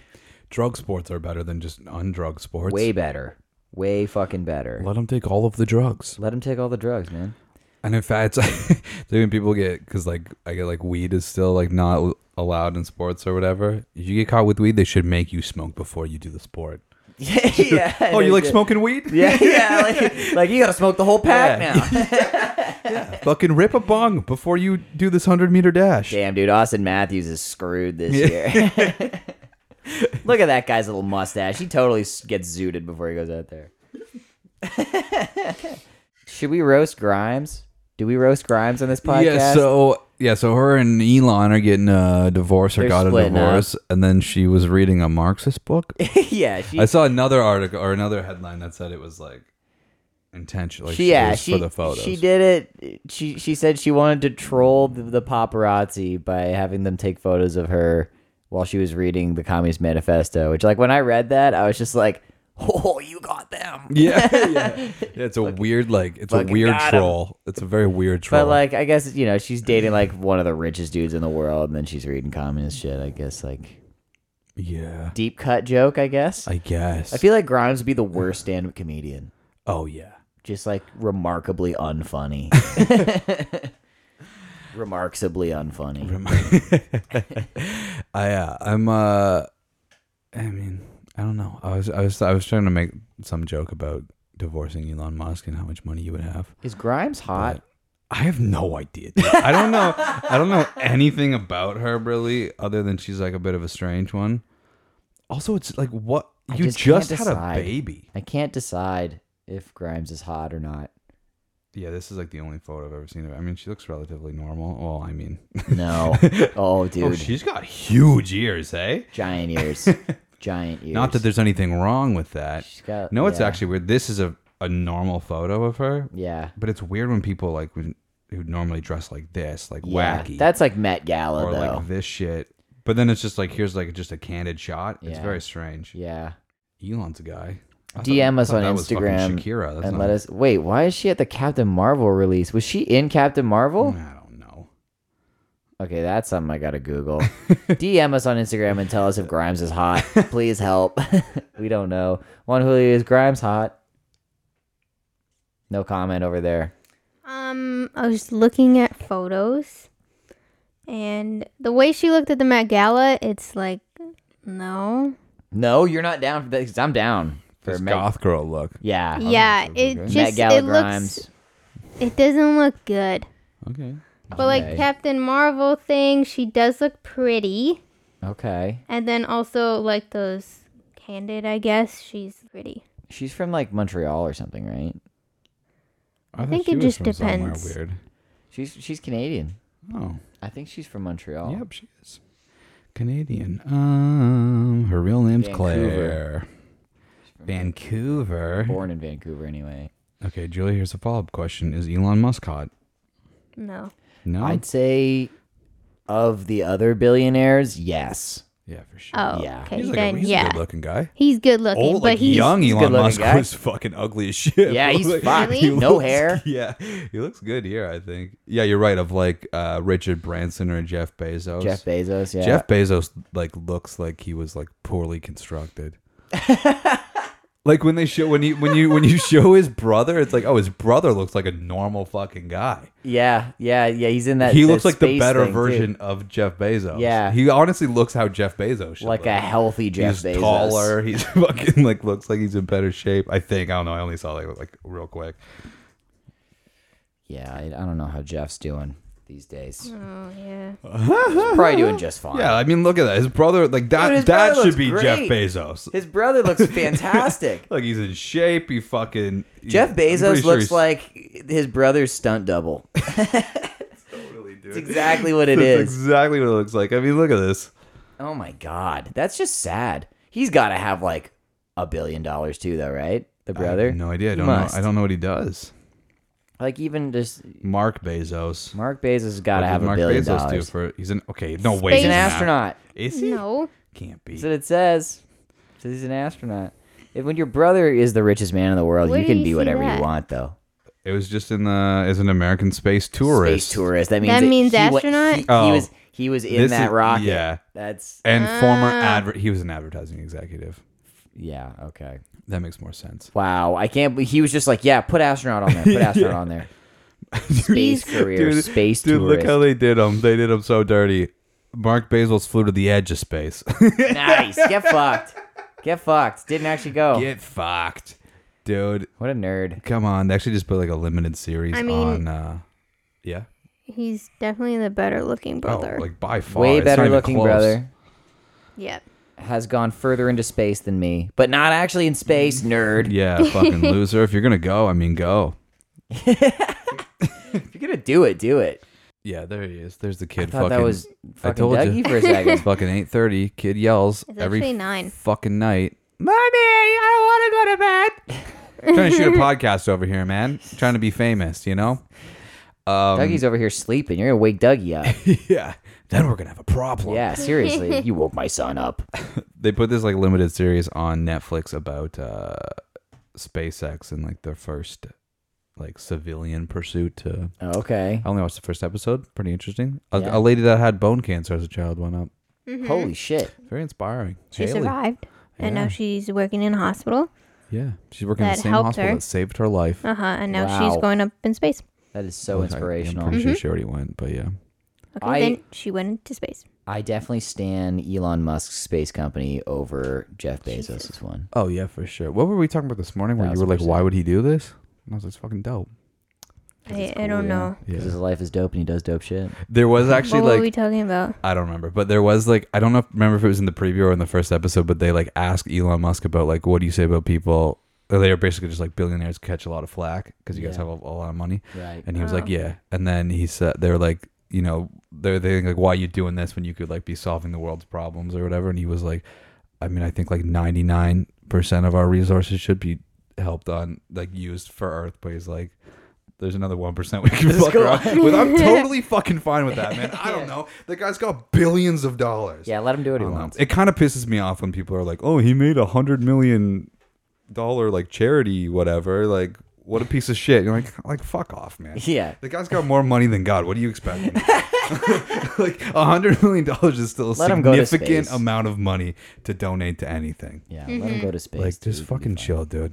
Speaker 1: drug sports are better than just undrug sports.
Speaker 6: Way better. Way fucking better.
Speaker 1: Let them take all of the drugs.
Speaker 6: Let them take all the drugs,
Speaker 1: (laughs)
Speaker 6: man.
Speaker 1: And in fact, it's like, dude, when people get because like I get like weed is still like not allowed in sports or whatever. If you get caught with weed, they should make you smoke before you do the sport.
Speaker 6: (laughs) yeah.
Speaker 1: Oh, you like smoking weed?
Speaker 6: (laughs) Yeah, yeah. Like, like you gotta smoke the whole pack
Speaker 1: Yeah.
Speaker 6: now.
Speaker 1: Fucking rip a bong before you do this hundred meter dash.
Speaker 6: Damn, dude, Austin Matthews is screwed this year. (laughs) Look at that guy's little mustache. He totally s- gets zooted before he goes out there. (laughs) Should we roast Grimes? Do we roast Grimes on this podcast?
Speaker 1: Yeah, so yeah, so her and Elon are getting a divorce or
Speaker 6: They're
Speaker 1: got a
Speaker 6: splitting up.
Speaker 1: divorce, and then she was reading a Marxist book.
Speaker 6: (laughs) yeah, she,
Speaker 1: I saw another article or another headline that said it was like intentional. Like
Speaker 6: she, yeah,
Speaker 1: was
Speaker 6: she,
Speaker 1: for the photos.
Speaker 6: she did it. She she said she wanted to troll the, the paparazzi by having them take photos of her while she was reading the Communist Manifesto. Which, like, when I read that, I was just like, (laughs) "Oh, you got them." (laughs)
Speaker 1: Yeah, yeah. yeah it's a weird, like, it's a
Speaker 6: fucking
Speaker 1: weird
Speaker 6: got 'em.
Speaker 1: troll. It's a very weird troll.
Speaker 6: But like, I guess you know, she's dating
Speaker 1: (clears throat)
Speaker 6: like one of the richest dudes in the world, and then she's reading communist shit. I guess like
Speaker 1: yeah,
Speaker 6: deep cut joke. I guess I,
Speaker 1: I guess.
Speaker 6: feel like Grimes would be the worst stand up comedian.
Speaker 1: oh yeah,
Speaker 6: Just like remarkably unfunny.
Speaker 1: (laughs)
Speaker 6: (laughs) Remarkably unfunny.
Speaker 1: (laughs) I uh, I'm uh, I mean, I don't know. I was I was I was trying to make some joke about divorcing Elon Musk and how much money you would have.
Speaker 6: Is Grimes hot?
Speaker 1: I have no idea. dude. I don't know. I don't
Speaker 6: (laughs)
Speaker 1: know anything about her really, other than she's like a bit of a strange one. Also, it's like what
Speaker 6: I
Speaker 1: you
Speaker 6: just
Speaker 1: just,
Speaker 6: can't
Speaker 1: had a
Speaker 6: decide.
Speaker 1: baby.
Speaker 6: I can't decide if Grimes is hot
Speaker 1: (laughs)
Speaker 6: or not.
Speaker 1: Yeah, this is like the only photo I've ever seen of her. I mean, she looks relatively normal. Well, I mean,
Speaker 6: No. (laughs) Oh,
Speaker 1: (laughs)
Speaker 6: dude.
Speaker 1: oh, she's got huge ears, hey?
Speaker 6: Giant
Speaker 1: (laughs)
Speaker 6: ears. Giant ears.
Speaker 1: Not that there's anything wrong with that.
Speaker 6: She's got-
Speaker 1: no, it's
Speaker 6: yeah.
Speaker 1: actually weird. This is a, a normal photo of her,
Speaker 6: Yeah.
Speaker 1: but it's weird when people like when, who normally dress like this, like
Speaker 6: Yeah.
Speaker 1: wacky.
Speaker 6: That's like Met Gala
Speaker 1: or
Speaker 6: though.
Speaker 1: like this shit. But then it's just like here's like just a candid shot. It's
Speaker 6: Yeah.
Speaker 1: very strange.
Speaker 6: yeah.
Speaker 1: Elon's a guy. I thought-
Speaker 6: DM us
Speaker 1: I thought
Speaker 6: on
Speaker 1: that was fucking
Speaker 6: Instagram
Speaker 1: Shakira. That's
Speaker 6: and
Speaker 1: not,
Speaker 6: let us wait. Why is she at the Captain Marvel release? Was she in Captain Marvel?
Speaker 1: I don't know.
Speaker 6: Okay, that's something I
Speaker 1: (laughs)
Speaker 6: gotta Google. DM us on Instagram and tell us if Grimes is hot. Please help. (laughs) we don't know. Juan Julio is Grimes hot. No comment over there.
Speaker 5: Um, I was looking at photos, and the way she looked at the Met Gala, it's like, no.
Speaker 6: No, you're not down for that. 'cause I'm down for
Speaker 1: This
Speaker 6: Meg-
Speaker 1: goth girl look.
Speaker 6: Yeah,
Speaker 5: yeah, it
Speaker 1: okay.
Speaker 5: just
Speaker 6: Uh-huh. Met Gala
Speaker 5: it
Speaker 6: Grimes.
Speaker 5: looks it doesn't look good.
Speaker 1: Okay.
Speaker 5: But like
Speaker 6: Okay.
Speaker 5: Captain Marvel thing, she does look pretty,
Speaker 6: Okay,
Speaker 5: and then also like those candid, I guess she's pretty.
Speaker 6: she's from like Montreal or something, right?
Speaker 1: I, thought
Speaker 5: think
Speaker 1: she
Speaker 5: it
Speaker 1: was
Speaker 5: just
Speaker 1: from somewhere
Speaker 5: depends.
Speaker 1: Weird.
Speaker 6: She's she's Canadian.
Speaker 1: Oh,
Speaker 6: I think she's from Montreal.
Speaker 1: yep, she is Canadian. Um, her real name's
Speaker 6: Vancouver.
Speaker 1: Claire. Vancouver.
Speaker 6: Born in Vancouver, anyway.
Speaker 1: Okay, Julie. Here's a follow up question: Is Elon Musk hot?
Speaker 5: No.
Speaker 1: No.
Speaker 6: I'd say of the other billionaires, yes.
Speaker 1: yeah, for sure.
Speaker 5: Oh,
Speaker 6: Yeah.
Speaker 5: okay.
Speaker 1: he's like
Speaker 5: then
Speaker 1: a, he's
Speaker 5: yeah,
Speaker 1: a good looking guy.
Speaker 5: he's good looking,
Speaker 1: old,
Speaker 5: but
Speaker 1: like
Speaker 5: he's
Speaker 1: young Elon
Speaker 6: good-looking
Speaker 1: Musk
Speaker 6: guy.
Speaker 1: was fucking ugly as shit. (laughs)
Speaker 6: Yeah, he's
Speaker 1: Like,
Speaker 6: fucked.
Speaker 5: Really?
Speaker 6: No
Speaker 1: looks-
Speaker 6: hair.
Speaker 1: (laughs) Yeah, he looks good here. I think. Yeah, you're right. Of like uh, Richard Branson or Jeff Bezos.
Speaker 6: Jeff Bezos, yeah.
Speaker 1: Jeff Bezos like looks like he was like poorly
Speaker 6: (laughs)
Speaker 1: constructed. like when they show when he when you when you show his brother, it's like oh his brother looks like a normal fucking guy.
Speaker 6: Yeah, yeah, yeah. He's in that.
Speaker 1: He looks like the
Speaker 6: space
Speaker 1: better
Speaker 6: thing, too.
Speaker 1: version of Jeff Bezos.
Speaker 6: Yeah.
Speaker 1: he honestly looks how Jeff Bezos should
Speaker 6: Like
Speaker 1: look.
Speaker 6: a healthy Jeff
Speaker 1: he's
Speaker 6: Bezos.
Speaker 1: taller. He's (laughs) fucking like looks like he's in better shape. I think. I don't know. I only saw like like real quick.
Speaker 6: Yeah, I, I don't know how Jeff's doing. these days.
Speaker 5: Oh yeah.
Speaker 6: He's probably doing just fine.
Speaker 1: Yeah, I mean, look at that. His brother, like that,
Speaker 6: Dude, his
Speaker 1: that
Speaker 6: brother
Speaker 1: should
Speaker 6: looks
Speaker 1: be
Speaker 6: great.
Speaker 1: Jeff Bezos.
Speaker 6: His brother
Speaker 1: (laughs)
Speaker 6: looks fantastic.
Speaker 1: Like he's in shape. He fucking
Speaker 6: Jeff
Speaker 1: I'm pretty sure
Speaker 6: Bezos looks
Speaker 1: he's-
Speaker 6: like his brother's stunt double. (laughs)
Speaker 1: Totally, dude.
Speaker 6: It's exactly what it
Speaker 1: That's
Speaker 6: is.
Speaker 1: exactly what it looks like. I mean, look at this.
Speaker 6: Oh my god, that's just sad. He's got to have like a billion dollars too, though, right? The brother.
Speaker 1: No idea. I
Speaker 6: He
Speaker 1: don't know.
Speaker 6: must.
Speaker 1: I don't know what he does.
Speaker 6: Like even just
Speaker 1: Mark Bezos.
Speaker 6: Mark Bezos has got
Speaker 1: What
Speaker 6: to
Speaker 1: did
Speaker 6: have a
Speaker 1: Mark
Speaker 6: billion
Speaker 1: Bezos do
Speaker 6: dollars.
Speaker 1: for? He's an okay. No way.
Speaker 5: Space-
Speaker 6: He's an
Speaker 1: not.
Speaker 6: astronaut.
Speaker 1: Is he?
Speaker 5: No.
Speaker 1: Can't be.
Speaker 6: That's what it says. It says he's an astronaut. If, when your brother is the richest man in the world,
Speaker 5: Where
Speaker 6: you
Speaker 5: do
Speaker 6: can
Speaker 5: you
Speaker 6: be
Speaker 5: see
Speaker 6: whatever
Speaker 5: that?
Speaker 6: you want, though.
Speaker 1: It was just in the as an American space tourist.
Speaker 6: Space tourist. That means
Speaker 5: That means
Speaker 6: he wa-
Speaker 5: astronaut?
Speaker 6: he- He,
Speaker 1: Oh.
Speaker 6: was he was in
Speaker 1: This
Speaker 6: that
Speaker 1: is-
Speaker 6: rocket.
Speaker 1: yeah. Eh.
Speaker 6: That's
Speaker 1: And former adver- he was an advertising executive.
Speaker 6: yeah. Okay.
Speaker 1: That makes more sense.
Speaker 6: Wow. I can't. be- He was just like, yeah, put astronaut
Speaker 1: (laughs)
Speaker 6: on there. Put astronaut on there. Space career. space
Speaker 1: dude,
Speaker 6: tourist.
Speaker 1: look how they did him. They did him so dirty. Mark Bezos flew to the edge of space. (laughs)
Speaker 6: nice. Get fucked. Get fucked. Didn't actually go.
Speaker 1: Get fucked, dude.
Speaker 6: what a nerd.
Speaker 1: Come on, they actually just put like a limited series
Speaker 5: I
Speaker 1: on.
Speaker 5: mean-
Speaker 1: Uh, yeah,
Speaker 5: He's definitely the better looking brother.
Speaker 1: oh, like by far,
Speaker 6: Way
Speaker 1: It's not
Speaker 6: better
Speaker 1: even
Speaker 6: looking
Speaker 1: close.
Speaker 6: brother.
Speaker 5: yeah.
Speaker 6: Has gone further into space than me, but not actually in space,
Speaker 1: (laughs)
Speaker 6: nerd.
Speaker 5: (laughs)
Speaker 1: Yeah, fucking loser. If you're gonna go, I mean, go.
Speaker 6: If you're gonna do it, do it.
Speaker 1: Yeah, there he is. There's the kid.
Speaker 6: I thought
Speaker 1: fucking,
Speaker 6: that was
Speaker 1: I
Speaker 6: fucking
Speaker 1: told
Speaker 6: Dougie
Speaker 1: you. (laughs)
Speaker 6: for a
Speaker 1: It's
Speaker 6: second.
Speaker 1: fucking eight thirty. Kid yells
Speaker 5: It's
Speaker 1: every
Speaker 5: actually nine.
Speaker 1: fucking night. Mommy, I want to go to
Speaker 5: (laughs)
Speaker 1: bed. Trying to shoot a podcast over here, man. Trying to be famous, you know. (laughs) Um,
Speaker 6: Dougie's over here sleeping. You're gonna wake Dougie
Speaker 1: (laughs)
Speaker 6: up.
Speaker 1: yeah. Then we're gonna have a problem.
Speaker 6: yeah,
Speaker 5: (laughs)
Speaker 6: seriously. You woke my son up.
Speaker 1: They put this like limited series on Netflix about uh, SpaceX and like their first like civilian pursuit to.
Speaker 6: Okay.
Speaker 1: I only watched the first episode. Pretty interesting. A,
Speaker 6: Yeah.
Speaker 1: a lady that had bone cancer as a child went up.
Speaker 6: Holy shit.
Speaker 1: Very inspiring.
Speaker 5: Mm-hmm. She
Speaker 1: Haley.
Speaker 5: survived. And
Speaker 1: Yeah.
Speaker 5: now she's working in a hospital.
Speaker 1: Yeah, she's working in the
Speaker 5: That
Speaker 1: same
Speaker 5: helped
Speaker 1: hospital
Speaker 5: her.
Speaker 1: that saved her life.
Speaker 5: Uh huh. And now
Speaker 6: Wow.
Speaker 5: she's going up in space.
Speaker 6: That is so
Speaker 1: Like, I-
Speaker 6: inspirational.
Speaker 1: I'm pretty
Speaker 5: Mm-hmm.
Speaker 1: sure she already went, but yeah.
Speaker 5: Okay.
Speaker 6: I-
Speaker 5: then she went into space.
Speaker 6: I definitely stand Elon Musk's space company over Jeff Bezos' one.
Speaker 1: Oh yeah, for sure. What were we talking about this morning? Where you were
Speaker 6: Thousand
Speaker 1: like,
Speaker 6: percent.
Speaker 1: "Why would he do this?" And I was like, "It's fucking dope."
Speaker 5: I, I don't know.
Speaker 1: Yeah.
Speaker 6: Because his life is dope and he does dope shit.
Speaker 1: There was actually
Speaker 5: What were
Speaker 1: like
Speaker 5: we talking about?
Speaker 1: I don't remember, but there was like I don't know if, remember if it was in the preview or in the first episode, but they like asked Elon Musk about like what do you say about people? or They are basically just like billionaires catch a lot of flack because you guys
Speaker 6: Yeah.
Speaker 1: have a, a lot of money,
Speaker 6: Right.
Speaker 1: and he was like, "Yeah," and then he said they were like, you know, they're they like, "Why are you doing this when you could like be solving the world's problems or whatever?" And he was like, "I mean, I think like ninety nine percent of our resources should be helped on like used for Earth," but he's like. There's another one percent (laughs) we can fuck around with. I'm totally fucking fine with that, man. I don't know. The guy's got billions of dollars.
Speaker 6: Yeah, let him do what he
Speaker 1: I don't know.
Speaker 6: wants.
Speaker 1: Oh, It kind of pisses me off when people are like, "Oh, he made a hundred million dollar like charity, whatever." Like, what a piece of shit. You're like, like fuck off, man.
Speaker 6: Yeah.
Speaker 1: the guy's got more money than God. What do you
Speaker 6: (laughs)
Speaker 1: expect? (laughs) like, a hundred million dollars is still a
Speaker 6: Let him go to
Speaker 1: significant
Speaker 6: space.
Speaker 1: amount of money to donate to anything.
Speaker 6: Yeah,
Speaker 5: Mm-hmm.
Speaker 6: let him go to space.
Speaker 1: Like, just
Speaker 6: dude.
Speaker 1: fucking chill, dude.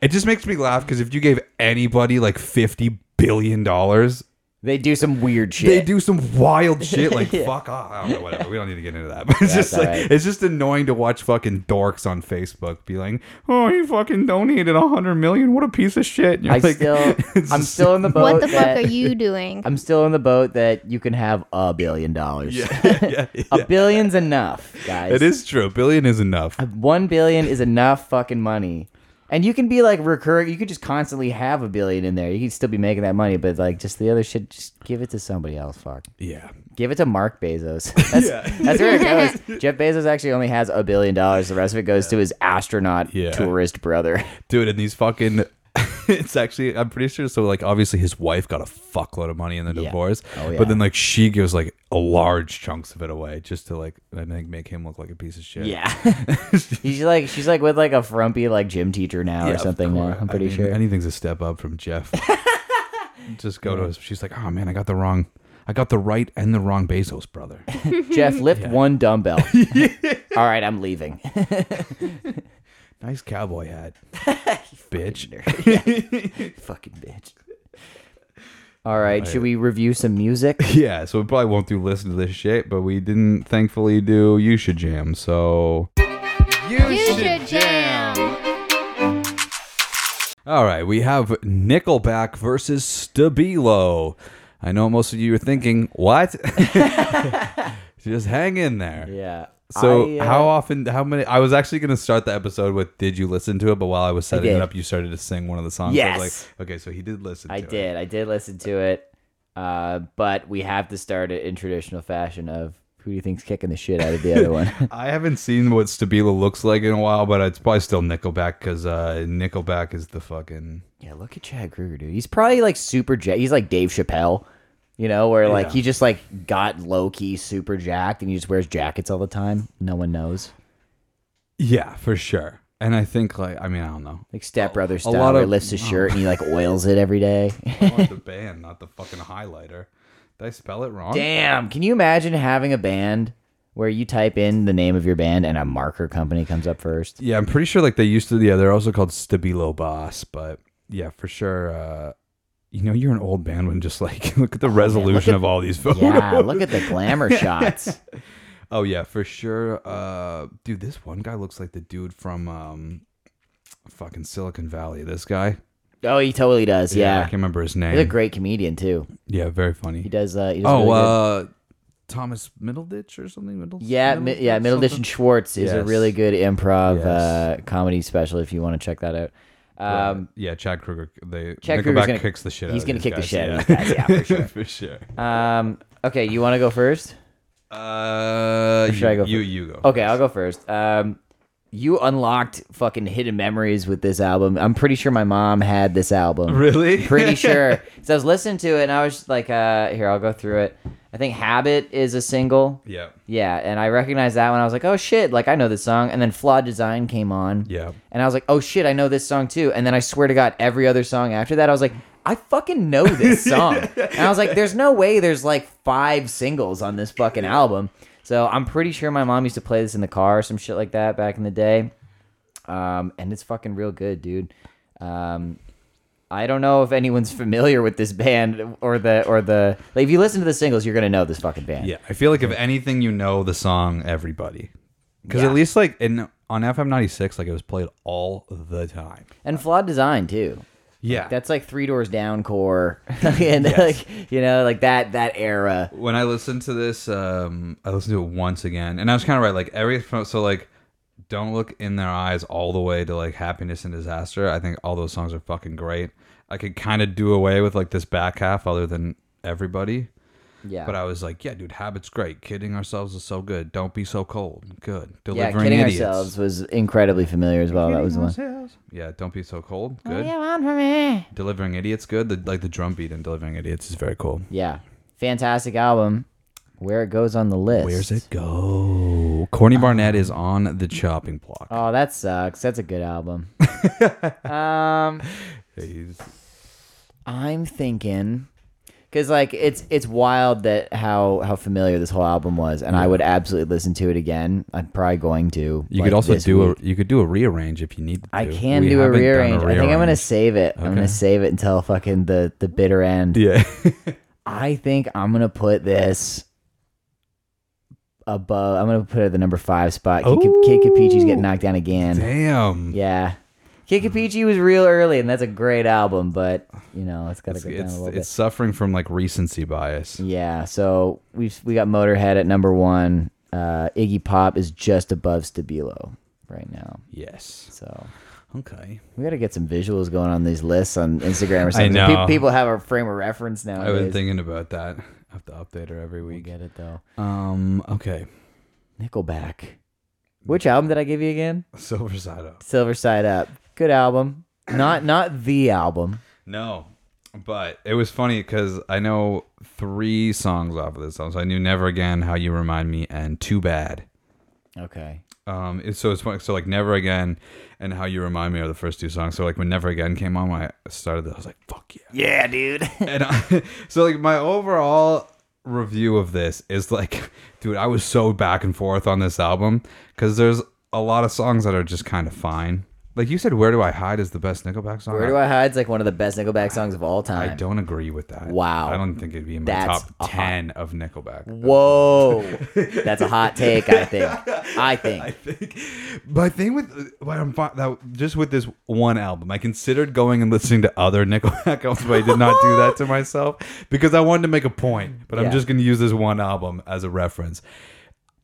Speaker 1: It just makes me laugh because if you gave anybody like fifty billion dollars,
Speaker 6: They do some weird shit.
Speaker 1: they do some
Speaker 6: (laughs)
Speaker 1: wild shit like fuck off. I don't know, whatever. We don't need to get into that. (laughs) But it's
Speaker 6: That's
Speaker 1: just like
Speaker 6: alright.
Speaker 1: it's just annoying to watch fucking dorks on Facebook be like, oh, he fucking donated a hundred million. What a piece of shit. (laughs) And you're
Speaker 6: I
Speaker 1: like-
Speaker 6: still,
Speaker 1: it's
Speaker 6: I'm
Speaker 1: just-
Speaker 6: still in the boat.
Speaker 5: What the fuck
Speaker 6: that-
Speaker 5: are you doing?
Speaker 6: I'm still in the boat that you can have a billion dollars.
Speaker 1: yeah, yeah.
Speaker 6: (laughs) a billion's enough, guys.
Speaker 1: It is true. A billion is enough.
Speaker 6: One billion is enough fucking money. And you can be like recurring. You could just constantly have a billion in there. You could still be making that money, but like just the other shit, just give it to somebody else. Fuck.
Speaker 1: Yeah.
Speaker 6: Give it to Mark Bezos. (laughs) That's, that's where
Speaker 1: (laughs)
Speaker 6: it goes. Jeff Bezos actually only has a billion dollars. The rest of it goes to his astronaut
Speaker 1: Yeah.
Speaker 6: tourist brother.
Speaker 1: dude and these fucking (laughs) it's actually i'm pretty sure so like obviously his wife got a fuckload of money in the divorce
Speaker 6: yeah.
Speaker 1: but then like she gives like a large chunks of it away just to like i think make him look like a piece of shit
Speaker 6: Yeah.
Speaker 1: (laughs)
Speaker 6: He's like she's like with like a frumpy like gym teacher now
Speaker 1: Yeah,
Speaker 6: or
Speaker 1: of
Speaker 6: something now.
Speaker 1: course. I
Speaker 6: I'm pretty
Speaker 1: mean, (laughs)
Speaker 6: sure.
Speaker 1: anything's a step up from
Speaker 6: (laughs)
Speaker 1: jeff just go to us she's like oh man i got the wrong i got the right and the wrong bezos
Speaker 6: (laughs)
Speaker 1: brother
Speaker 6: Jeff, lift one
Speaker 1: (laughs)
Speaker 6: dumbbell. All right, I'm leaving. (laughs)
Speaker 1: nice cowboy hat bitch
Speaker 6: Fucking bitch. All right, should we review some
Speaker 1: (laughs)
Speaker 6: music?
Speaker 1: (laughs) yeah so we probably won't do listen to this shit but we didn't thankfully do you should jam so
Speaker 5: You should jam.
Speaker 1: All right, we have Nickelback versus Stabilo. I know most of you are thinking,
Speaker 6: (laughs)
Speaker 1: what? (laughs) Just hang in there.
Speaker 6: Yeah.
Speaker 1: So
Speaker 6: I, uh,
Speaker 1: how often? How many? I was actually going to start the episode with "Did you listen to it?" But while I was setting
Speaker 6: did.
Speaker 1: it up, you started to sing one of the songs. I was
Speaker 6: Yes.
Speaker 1: like, okay, so he did listen.
Speaker 6: I
Speaker 1: to it.
Speaker 6: did. I did listen to it. Uh, but we have to start it in traditional fashion of who do you think's kicking the shit out of the
Speaker 1: (laughs)
Speaker 6: other one?
Speaker 1: I haven't seen what Stabila looks like in a while, but it's probably still Nickelback because uh, Nickelback is the fucking.
Speaker 6: yeah, look at Chad Kruger, dude. He's probably like super jacked. He's like Dave Chappelle, you know, where like he just like got low key super jacked and he just wears jackets all the time. No one knows.
Speaker 1: Yeah, for sure. And I think like I mean I don't know.
Speaker 6: Like Step Brother style,
Speaker 1: lot
Speaker 6: where he
Speaker 1: of- (laughs)
Speaker 6: lifts his shirt and he like oils it every day.
Speaker 1: I want the (laughs) band, not the fucking highlighter. Did I spell it wrong?
Speaker 6: Damn, can you imagine having a band where you type in the name of your band and a marker company comes up
Speaker 1: (laughs)
Speaker 6: first?
Speaker 1: Yeah, I'm pretty sure like they used to. Yeah, they're also called Stabilo Boss, but yeah, for sure. Uh, you know, you're an old band when just like (laughs) look at
Speaker 6: Oh,
Speaker 1: the resolution of all these photos.
Speaker 6: Yeah, look at the
Speaker 1: (laughs)
Speaker 6: glamour shots.
Speaker 1: Oh yeah, for sure. Uh, dude, this one guy looks like the dude from um, fucking Silicon Valley. This guy.
Speaker 6: Oh, he totally does.
Speaker 1: I
Speaker 6: Yeah.
Speaker 1: can't remember his
Speaker 6: He's a
Speaker 1: name.
Speaker 6: great comedian too.
Speaker 1: yeah, very funny.
Speaker 6: He does uh he does
Speaker 1: oh,
Speaker 6: really good-
Speaker 1: uh, Thomas Middleditch or something. Middle,
Speaker 6: Yeah, mi- yeah, Middleditch and Schwartz is a
Speaker 1: Yes.
Speaker 6: really good improv
Speaker 1: Yes.
Speaker 6: uh, comedy special if you want to check that out. Um,
Speaker 1: yeah, Chad Kruger. They
Speaker 6: Chad
Speaker 1: Nickelback
Speaker 6: Kruger's gonna-
Speaker 1: kicks the shit.
Speaker 6: he's
Speaker 1: out
Speaker 6: gonna
Speaker 1: of these
Speaker 6: kick the
Speaker 1: guys,
Speaker 6: shit out of these
Speaker 1: (laughs)
Speaker 6: guys, yeah, for sure.
Speaker 1: for sure.
Speaker 6: um okay, you want to go first?
Speaker 1: Uh,
Speaker 6: should I
Speaker 1: you-
Speaker 6: go
Speaker 1: You
Speaker 6: first?
Speaker 1: you go.
Speaker 6: Okay, I'll go first. Um, you unlocked fucking hidden memories with this album. I'm pretty sure my mom had this album.
Speaker 1: Really?
Speaker 6: pretty sure. So I was listening to it, and I was just like, uh, "Here, I'll go through it." I think "Habit" is a single.
Speaker 1: (laughs) Yeah.
Speaker 6: Yeah, and I recognized that when I was like, "Oh shit!" Like I know this song. And then "Flawed Design" came on.
Speaker 1: Yeah.
Speaker 6: And I was like, "Oh shit, I know this song too." And then I swear to God, every other song after that, I was like, "I fucking
Speaker 1: (laughs)
Speaker 6: know this song." and I was like, "There's no way there's like five singles on this fucking album." So I'm pretty sure my mom used to play this in the car, or some shit like that back in the day. Um, and it's fucking real good, dude. Um, I don't know if anyone's familiar with this band or the or the like. If you listen to the singles, you're gonna know this fucking band.
Speaker 1: Yeah, I feel like if anything, you know the song "Everybody," because at least like in on FM ninety six, like it was played all the time.
Speaker 6: And flawed design too.
Speaker 1: Yeah,
Speaker 6: That's like Three Doors Down core, (laughs) and like you know, like that that era.
Speaker 1: when I listened to this, um, I listened to it once again, and I was kind of right. Like every so like, don't look in their eyes all the way to like happiness and disaster. I think all those songs are fucking great. I could kind of do away with like this back half, other than everybody.
Speaker 6: Yeah,
Speaker 1: But uh, I was like, yeah, dude, habits great. Kidding ourselves is so good. Don't be so cold. Good.
Speaker 6: yeah,
Speaker 1: Delivering
Speaker 6: kidding
Speaker 1: idiots.
Speaker 6: ourselves was incredibly familiar as well. That was the one.
Speaker 1: Yeah, don't be so cold. Good. Delivering idiots. Good. The, like the drum beat in Delivering Idiots is very cool.
Speaker 6: Yeah, fantastic album. Where it goes on the list.
Speaker 1: Where's it go? Corny Barnett is on the chopping block.
Speaker 6: Oh, that sucks. That's a good album. um,
Speaker 1: He's-
Speaker 6: I'm thinking because like it's it's wild that how how familiar this whole album was, and I would absolutely listen to it again. I'm probably going to.
Speaker 1: you could also do a you could do a rearrange if you need to.
Speaker 6: I can
Speaker 1: We
Speaker 6: do a
Speaker 1: haven't done
Speaker 6: rearrange. I think I'm gonna
Speaker 1: rearrange.
Speaker 6: save it. I'm gonna
Speaker 1: Okay.
Speaker 6: save it until fucking the the bitter
Speaker 1: (laughs)
Speaker 6: end.
Speaker 1: Yeah.
Speaker 6: I think I'm gonna put this above. I'm gonna put it at the number five spot. Kid, Ka- Kid Capichi's getting knocked down again.
Speaker 1: Damn.
Speaker 6: Yeah, Kid Capichi was real early, and that's a great album. But you know, it's gotta
Speaker 1: It's
Speaker 6: go down a
Speaker 1: it's,
Speaker 6: little Mm.
Speaker 1: it's suffering from like recency bias.
Speaker 6: bit. Yeah. So we've we got Motorhead at number one. Uh, Iggy Pop is just above Stabilo right now.
Speaker 1: Yes.
Speaker 6: So
Speaker 1: Okay.
Speaker 6: we gotta get some visuals going on these lists on
Speaker 1: (laughs)
Speaker 6: Instagram or something.
Speaker 1: know.
Speaker 6: Pe- people have a frame of reference now.
Speaker 1: I've been thinking about that. I have to update her every
Speaker 6: We
Speaker 1: week.
Speaker 6: get it though.
Speaker 1: Um. Okay.
Speaker 6: Nickelback. Which album did I give you again?
Speaker 1: Silver Side Up.
Speaker 6: Silver Side Up. Good album. Not not the album.
Speaker 1: No, but it was funny because I know three songs off of this album. So I knew "Never Again," "How You Remind Me," and "Too Bad."
Speaker 6: Okay.
Speaker 1: Um, it's so it's funny. So like "Never Again" and "How You Remind Me" are the first two songs. So like when "Never Again" came on, when I started. This, I was like, "Fuck yeah!"
Speaker 6: Yeah, dude.
Speaker 1: and I, (laughs) so like my overall review of this is like (laughs) dude i was so back and forth on this album because there's a lot of songs that are just kind of fine like you said where do i hide is the best nickelback song
Speaker 6: (laughs) Where Do I Hide's like one of the best Nickelback songs of all
Speaker 1: I
Speaker 6: time.
Speaker 1: don't agree with that.
Speaker 6: Wow.
Speaker 1: I don't think it'd be in my
Speaker 6: That's
Speaker 1: top
Speaker 6: a hot-
Speaker 1: 10 of Nickelback. (laughs)
Speaker 6: (laughs) Whoa. That's a hot take, I think. I think.
Speaker 1: My thing with what I'm fi- that just with this one album, I considered going and listening to other (laughs) Nickelback albums, but I did not do
Speaker 6: (laughs)
Speaker 1: that to myself because I wanted to make a point. But
Speaker 6: Yeah.
Speaker 1: I'm just going to use this one album as a reference.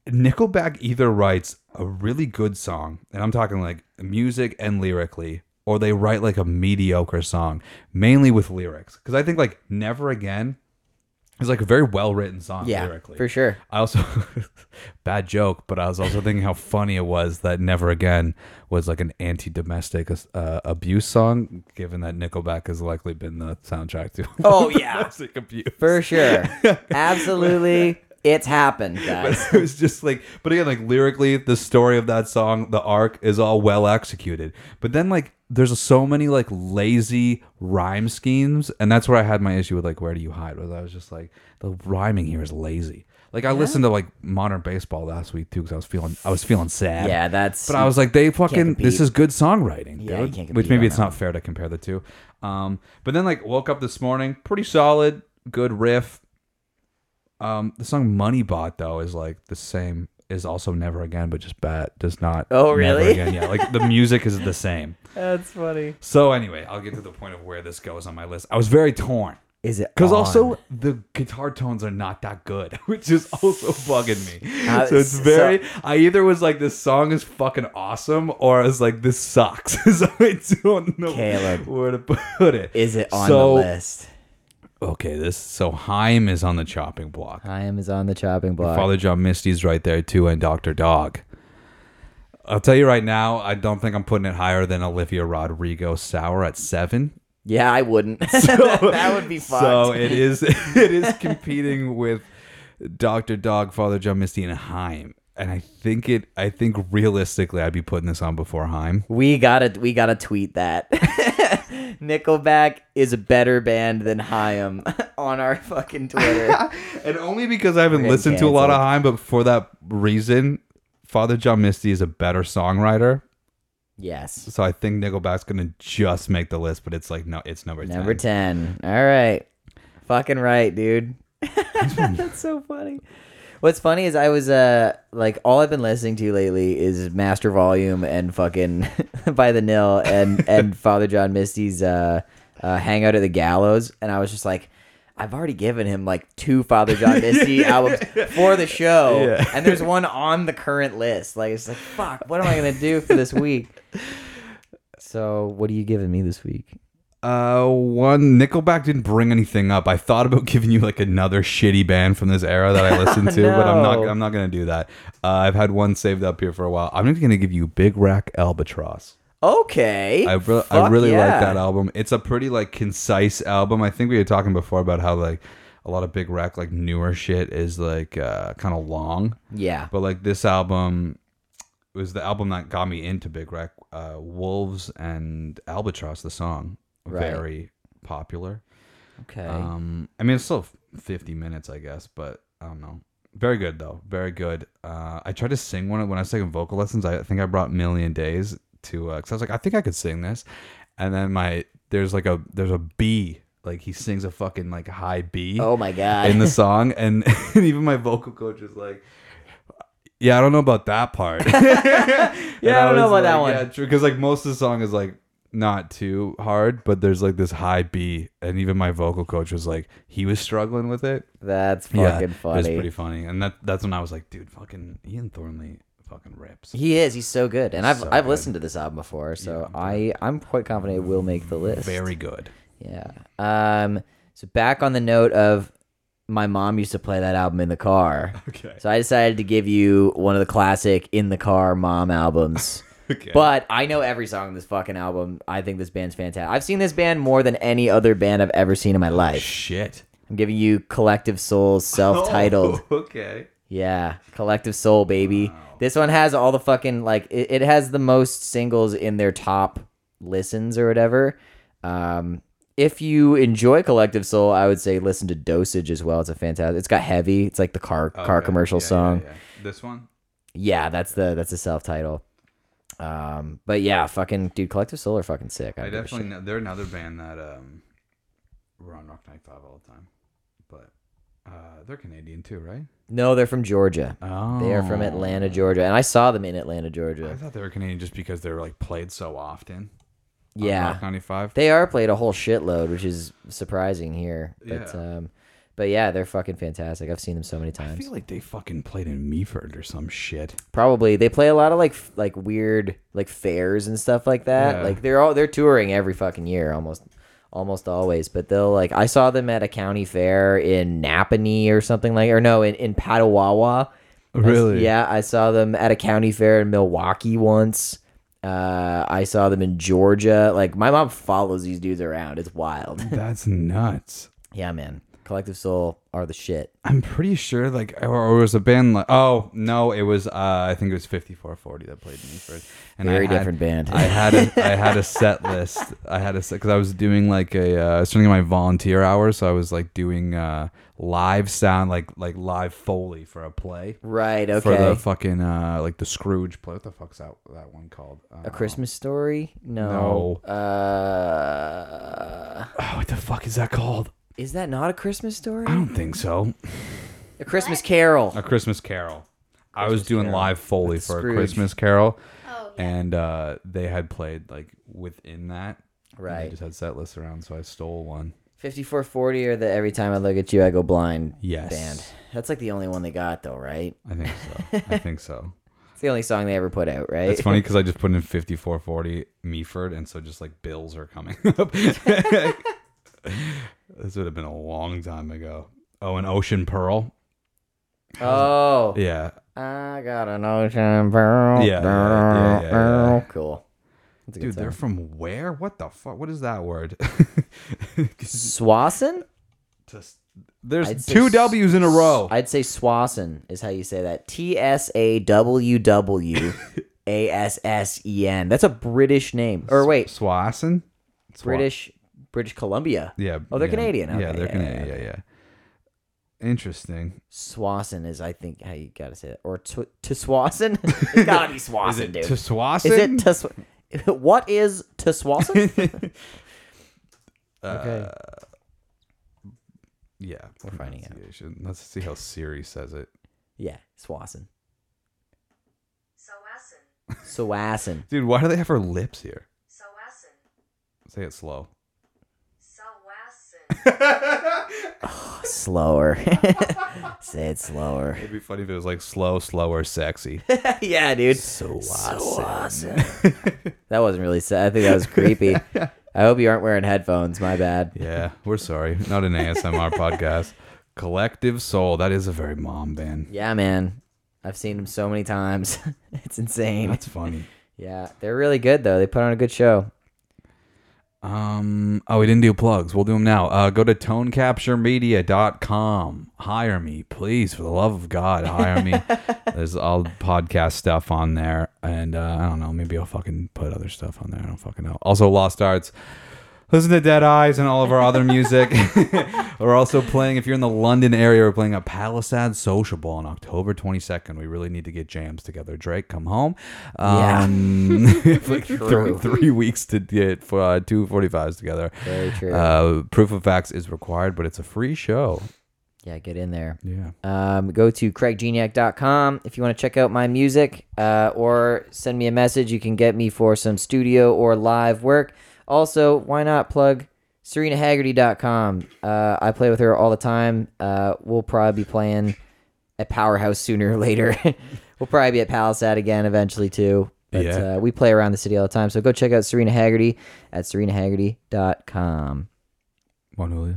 Speaker 1: Nickelback either writes a really good song, and I'm talking like music and lyrically, or they write like a mediocre song, mainly with lyrics. Because I think like Never Again is like a very well written song
Speaker 6: yeah,
Speaker 1: lyrically.
Speaker 6: for sure.
Speaker 1: I also (laughs) bad joke, but I was also thinking how funny it was that "Never Again" was like an anti-domestic uh, abuse song, given that Nickelback has likely been the soundtrack to.
Speaker 6: Oh,
Speaker 1: (laughs)
Speaker 6: yeah.
Speaker 1: domestic abuse.
Speaker 6: (laughs)
Speaker 1: (laughs)
Speaker 6: For sure. Absolutely. It's happened,
Speaker 1: (laughs)
Speaker 6: guys.
Speaker 1: it was just like, but again, like lyrically, the story of that song, the arc is all well executed. But then, like, there's so many like lazy rhyme schemes, and that's where I had my issue with like, where do you hide? Was I was just like, the rhyming here is lazy. Like, I listened to like modern baseball last week too, because I was feeling, I was feeling sad.
Speaker 6: Yeah, that's.
Speaker 1: But I was like, they fucking.
Speaker 6: compete.
Speaker 1: This is good songwriting,
Speaker 6: Yeah, you
Speaker 1: dude.
Speaker 6: can't
Speaker 1: Which
Speaker 6: compete
Speaker 1: maybe
Speaker 6: on
Speaker 1: it's
Speaker 6: that
Speaker 1: not fair to compare the two. Um, but then like woke up this morning, pretty solid, good riff. Um, the song Money Bot though is like the same. Is also never again, but just bad does not.
Speaker 6: Oh,
Speaker 1: Never
Speaker 6: really?
Speaker 1: again. Yeah, like the
Speaker 6: (laughs)
Speaker 1: music is the same.
Speaker 6: That's funny.
Speaker 1: So anyway, I'll get to the point of where this goes on my list. I was very torn
Speaker 6: Is it
Speaker 1: because (laughs)
Speaker 6: on?
Speaker 1: also the guitar tones are not that good, (laughs) which is
Speaker 6: (laughs)
Speaker 1: also bugging me.
Speaker 6: Uh,
Speaker 1: so it's
Speaker 6: so-
Speaker 1: very. I either was like, "This song is fucking awesome," or I was like, "This sucks." (laughs) so I don't know
Speaker 6: Caleb.
Speaker 1: where to put it.
Speaker 6: Is it on
Speaker 1: so,
Speaker 6: the list?
Speaker 1: Okay, this so Haim is on the chopping block.
Speaker 6: Chaim is on the chopping block.
Speaker 1: Father John Misty's right there too, and Doctor Dog. I'll tell you right now, I don't think I'm putting it higher than Olivia Rodrigo Sour at seven.
Speaker 6: (laughs) yeah,
Speaker 1: (laughs)
Speaker 6: I wouldn't. (laughs) that would be fucked.
Speaker 1: So it is (laughs) it is competing with Doctor Dog, Father John Misty, and Heim. And I think it I think realistically I'd be putting this on before Heim.
Speaker 6: we gotta we gotta tweet that. (laughs) Nickelback is a better band than Chaim (laughs) on our
Speaker 1: (laughs)
Speaker 6: fucking Twitter.
Speaker 1: And only because I haven't
Speaker 6: getting
Speaker 1: listened to a lot of
Speaker 6: canceled.
Speaker 1: Heim, but for that reason, Father John Misty is a better songwriter.
Speaker 6: yes.
Speaker 1: So I think Nickelback's gonna just make the list, but it's like no, it's number ten.
Speaker 6: Number 10. All right. Fucking right, dude. (laughs) That's so funny. What's funny is I was uh like all I've been listening to lately is Master Volume and fucking (laughs) by the Nil and (laughs) and Father John Misty's uh, uh Hangout at the Gallows and I was just like I've already given him like two Father (laughs) John Misty albums for the show
Speaker 1: Yeah.
Speaker 6: and there's one on the current list like it's like fuck what am I going to do for this (laughs) week? So what are you giving me this week?
Speaker 1: Uh, one Nickelback didn't bring anything up. I thought about (laughs) giving you like another shitty band from this era that I
Speaker 6: (laughs)
Speaker 1: listened to, but I'm not.
Speaker 6: No.
Speaker 1: I'm not gonna do that. Uh, I've had one saved up here for a while. I'm just gonna give you Big Rack Albatross.
Speaker 6: Okay.
Speaker 1: I re- I
Speaker 6: Fuck
Speaker 1: really like
Speaker 6: yeah.
Speaker 1: that album. It's a pretty like concise album. I think we were talking before about how like a lot of Big Rack like newer shit is like uh, kind of long.
Speaker 6: Yeah.
Speaker 1: But like this album was the album that got me into Big Rack. Uh, Wolves and Albatross, the song,
Speaker 6: Right.
Speaker 1: very popular.
Speaker 6: Okay.
Speaker 1: Um, I mean, it's still f- 50 minutes, I guess, but I don't know. Very good though, very good. Uh, I tried to sing one when I was taking vocal lessons. I think I brought Million Days to because I was like, I think I could sing this, and then my there's like a there's a B like he sings a fucking like high B
Speaker 6: oh my god. (laughs)
Speaker 1: in the song, and, (laughs) and even my vocal coach was like, "Yeah, I don't know about that part." (laughs) yeah,
Speaker 6: (laughs) Yeah, I don't know about that one.
Speaker 1: because like most of the song is like not too hard, but there's like this high B, and even my vocal coach was like, he was struggling with it.
Speaker 6: That's
Speaker 1: it
Speaker 6: fucking
Speaker 1: was
Speaker 6: funny.
Speaker 1: pretty funny, and that that's when I was like, dude, fucking Ian Thornley fucking rips.
Speaker 6: he is. He's so good, and I've
Speaker 1: So
Speaker 6: I've
Speaker 1: good.
Speaker 6: listened to this album before, so I I'm quite confident it will make the list.
Speaker 1: Very good.
Speaker 6: Yeah. Um. So back on the note of my mom used to play that album in the car.
Speaker 1: Okay.
Speaker 6: So I decided to give you one of the classic in the car mom albums.
Speaker 1: (laughs) Okay.
Speaker 6: But I know every song on this fucking album. I think this band's fantastic. I've seen this band more than any other band I've ever seen in my life.
Speaker 1: Shit.
Speaker 6: I'm giving you Collective Souls self-titled.
Speaker 1: (laughs) Oh, okay.
Speaker 6: Yeah, Collective Soul, baby. This one has all the fucking like it, it has the most singles in their top listens or whatever. Um, if you enjoy Collective Soul, I would say listen to Dosage as well. It's a fantastic. It's got heavy. It's like the car car
Speaker 1: Okay.
Speaker 6: commercial
Speaker 1: Oh, Yeah, yeah,
Speaker 6: song.
Speaker 1: yeah. This one.
Speaker 6: Yeah, that's the that's the self title. Um, but yeah, fucking dude, Collective Soul are fucking sick. I,
Speaker 1: I
Speaker 6: don't give a
Speaker 1: definitely know they're another band that um we're on Rock Night Five all the time, but Uh, they're Canadian too, right?
Speaker 6: No, they're from Georgia.
Speaker 1: Oh,
Speaker 6: They are from Atlanta, Georgia, and I saw them in Atlanta,
Speaker 1: I
Speaker 6: Georgia.
Speaker 1: thought they were Canadian just because they're like played so often. on
Speaker 6: Yeah,
Speaker 1: Rock 95.
Speaker 6: they are played a whole shitload, which is surprising here. But
Speaker 1: Yeah.
Speaker 6: um, but yeah, they're fucking fantastic. I've seen them so many
Speaker 1: I
Speaker 6: times.
Speaker 1: feel like they fucking played in Meaford or some shit.
Speaker 6: Probably they play a lot of like f- like weird like fairs and stuff like that.
Speaker 1: Yeah.
Speaker 6: Like they're all they're touring every fucking year almost almost always. But they'll like I saw them at a county fair in Napanee or something like or no in in Petawawa. I s-
Speaker 1: Really?
Speaker 6: yeah, I saw them at a county fair in Milwaukee once. Uh, I saw them in Georgia. Like my mom follows these dudes around. It's wild.
Speaker 1: That's (laughs) nuts.
Speaker 6: yeah, man. Collective Soul are the shit.
Speaker 1: I'm pretty sure, like, or, or was a band like, oh no, it was, uh, I think it was 5440 that played Meaford. And
Speaker 6: Very
Speaker 1: had-
Speaker 6: different band.
Speaker 1: I had a,
Speaker 6: (laughs)
Speaker 1: I had a set list. I had a set because I was doing like a uh, I was doing my volunteer hours, so I was like doing uh, live sound, like like live foley for a play
Speaker 6: right.
Speaker 1: for
Speaker 6: Okay.
Speaker 1: the fucking uh, like the Scrooge play. What the fuck's that that one called? Uh,
Speaker 6: a Christmas story? No. Uh,
Speaker 1: oh, what the fuck is that called?
Speaker 6: is that not a Christmas story?
Speaker 1: I don't think so.
Speaker 6: A Christmas Carol.
Speaker 1: A Christmas Carol. I was doing
Speaker 6: Carol.
Speaker 1: live foley for
Speaker 6: Scrooge.
Speaker 1: a Christmas Carol,
Speaker 5: Oh,
Speaker 1: and uh, they had played like within that. and I
Speaker 6: Right.
Speaker 1: just had set lists around, so I stole one.
Speaker 6: 5440 or the Every Time I Look at You I Go Blind
Speaker 1: Yes.
Speaker 6: band. That's like the only one they got though, right?
Speaker 1: I think so.
Speaker 6: (laughs)
Speaker 1: I think so.
Speaker 6: It's the only song they ever put out, right?
Speaker 1: It's funny because I just put in 5440 Meaford, and so just like bills are coming (laughs) up. this would have been a long time ago. Oh, an Ocean Pearl.
Speaker 6: (laughs) Oh.
Speaker 1: Yeah.
Speaker 6: I got an ocean pearl.
Speaker 1: Yeah, yeah, yeah, yeah, yeah.
Speaker 6: Cool. That's a good
Speaker 1: Dude, they're
Speaker 6: song.
Speaker 1: from where? What the fuck? What is that
Speaker 6: (laughs)
Speaker 1: word? (laughs)
Speaker 6: Swassen?
Speaker 1: Just- there's
Speaker 6: I'd say
Speaker 1: two
Speaker 6: s-
Speaker 1: W's in a row.
Speaker 6: I'd say Swassen is how you say that. T S A W W A S S E N. That's a British name. Or wait,
Speaker 1: Swanson? Swa-
Speaker 6: British British Columbia.
Speaker 1: Yeah.
Speaker 6: Oh, they're
Speaker 1: yeah.
Speaker 6: Canadian. Okay,
Speaker 1: yeah, they're
Speaker 6: yeah,
Speaker 1: Canadian.
Speaker 6: yeah,
Speaker 1: Yeah, yeah. Interesting.
Speaker 6: Swassen is I think how you gotta say that. Or to to Swassen? (laughs) it's gotta be
Speaker 1: (laughs)
Speaker 6: Swassen,
Speaker 1: Is it
Speaker 6: dude.
Speaker 1: to Swanson?
Speaker 6: is it to Sw- (laughs) what is
Speaker 1: (laughs)
Speaker 6: to Swassen? okay.
Speaker 1: Uh, Yeah. We're
Speaker 6: finding out.
Speaker 1: Let's see how Siri says it.
Speaker 6: Yeah, Swassen. Swassen.
Speaker 1: Dude, why do they have her lips here? Say it slow.
Speaker 6: Slower. (laughs) Say it slower.
Speaker 1: It'd be funny if it was like slow, slower,
Speaker 6: (laughs)
Speaker 1: sexy.
Speaker 6: yeah, dude. Swassen. (laughs) that wasn't really sad. I think that was creepy. I hope you aren't wearing headphones. My bad.
Speaker 1: yeah, we're sorry. Not an ASMR (laughs) podcast. Collective Soul. That is a very mom band.
Speaker 6: Yeah, man. I've seen them so many times. (laughs) it's insane.
Speaker 1: That's funny.
Speaker 6: Yeah, they're really good though. They put on a good show.
Speaker 1: Um. Oh, we didn't do plugs. We'll do them now. Uh, go to tonecapturemedia.com. Hire me, please, for the love of God, hire me. There's all podcast stuff on there, and uh, I don't know. Maybe I'll fucking put other stuff on there. I don't fucking know. Also, Lost Arts. Listen to Dead Eyes and all of our other music. (laughs) we're also playing, if you're in the London area, we're playing a Palisade Social Ball on October 22nd. We really need to get jams together. Drake, come home.
Speaker 6: Yeah.
Speaker 1: Um, (laughs) like three,
Speaker 6: True.
Speaker 1: three weeks to get for, uh, two 45s together.
Speaker 6: Very true.
Speaker 1: Uh, proof of facts is required, but it's a free show.
Speaker 6: yeah, get in there.
Speaker 1: Yeah.
Speaker 6: Um, go to craiggeniac.com if you want to check out my music uh, or send me a message. You can get me for some studio or live work. Also, why not plug serenahaggerty.com? Uh, I play with her all the time. Uh, we'll probably be playing at Powerhouse sooner or later. (laughs) we'll probably be at Palisade again eventually, too. But
Speaker 1: Yeah.
Speaker 6: uh, we play around the city all the time. So go check out Serena Haggerty at serenahaggerty.com.
Speaker 1: Juan Julio.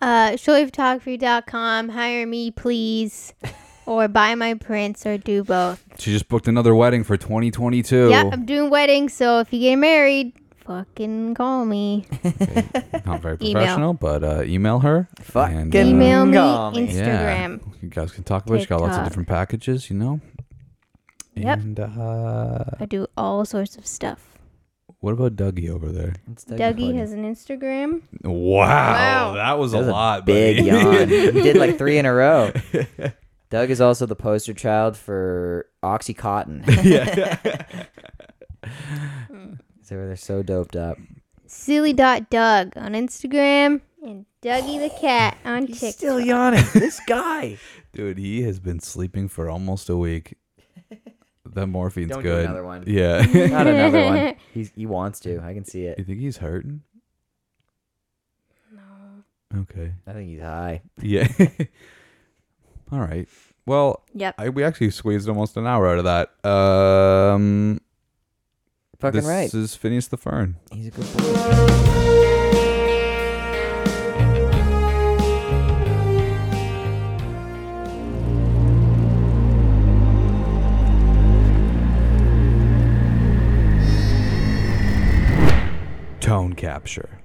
Speaker 5: Uh, showwavephotography.com. Hire me, please.
Speaker 6: (laughs)
Speaker 5: or buy my prints or do both.
Speaker 1: She just booked another wedding for 2022.
Speaker 5: Yeah, I'm doing weddings, so if you get married, fucking call me.
Speaker 1: Not very
Speaker 5: Email.
Speaker 1: professional, but uh, email her. And, uh,
Speaker 6: Fucking
Speaker 5: Email me,
Speaker 6: Call me.
Speaker 5: Instagram.
Speaker 1: Yeah. You guys can talk about it. She got lots of
Speaker 5: TikTok.
Speaker 1: different packages, you know?
Speaker 5: Yep.
Speaker 1: And uh,
Speaker 5: I do all sorts of stuff.
Speaker 1: what about Dougie over there?
Speaker 6: It's
Speaker 5: Dougie
Speaker 6: Pluggy.
Speaker 5: has an Instagram.
Speaker 1: Wow.
Speaker 5: Wow.
Speaker 1: That was
Speaker 6: That
Speaker 1: a
Speaker 6: was
Speaker 1: lot, (laughs)
Speaker 6: big
Speaker 1: buddy.
Speaker 6: yawn. He did like three in
Speaker 1: (laughs)
Speaker 6: a row. Doug is also the poster child for OxyContin.
Speaker 1: (laughs)
Speaker 6: (laughs)
Speaker 1: yeah.
Speaker 6: so they're so doped up.
Speaker 5: Silly dot Doug on Instagram. and Dougie the cat on
Speaker 6: He's
Speaker 5: TikTok.
Speaker 6: still yawning. This guy.
Speaker 1: Dude, he has been sleeping for almost a week. That morphine's
Speaker 6: Don't do
Speaker 1: good.
Speaker 6: another one.
Speaker 5: (laughs)
Speaker 1: Yeah. (laughs)
Speaker 6: Not another one. He's, he wants to. I can see
Speaker 1: you
Speaker 6: it.
Speaker 1: think he's hurting? No. Okay.
Speaker 6: I think he's high.
Speaker 1: Yeah. (laughs) All right. Well,
Speaker 5: Yep.
Speaker 1: I, we actually squeezed almost an hour out of that. Um,
Speaker 6: Fucking
Speaker 1: this
Speaker 6: right.
Speaker 1: is Phineas the Fern.
Speaker 6: He's a good boy.
Speaker 1: Tone capture.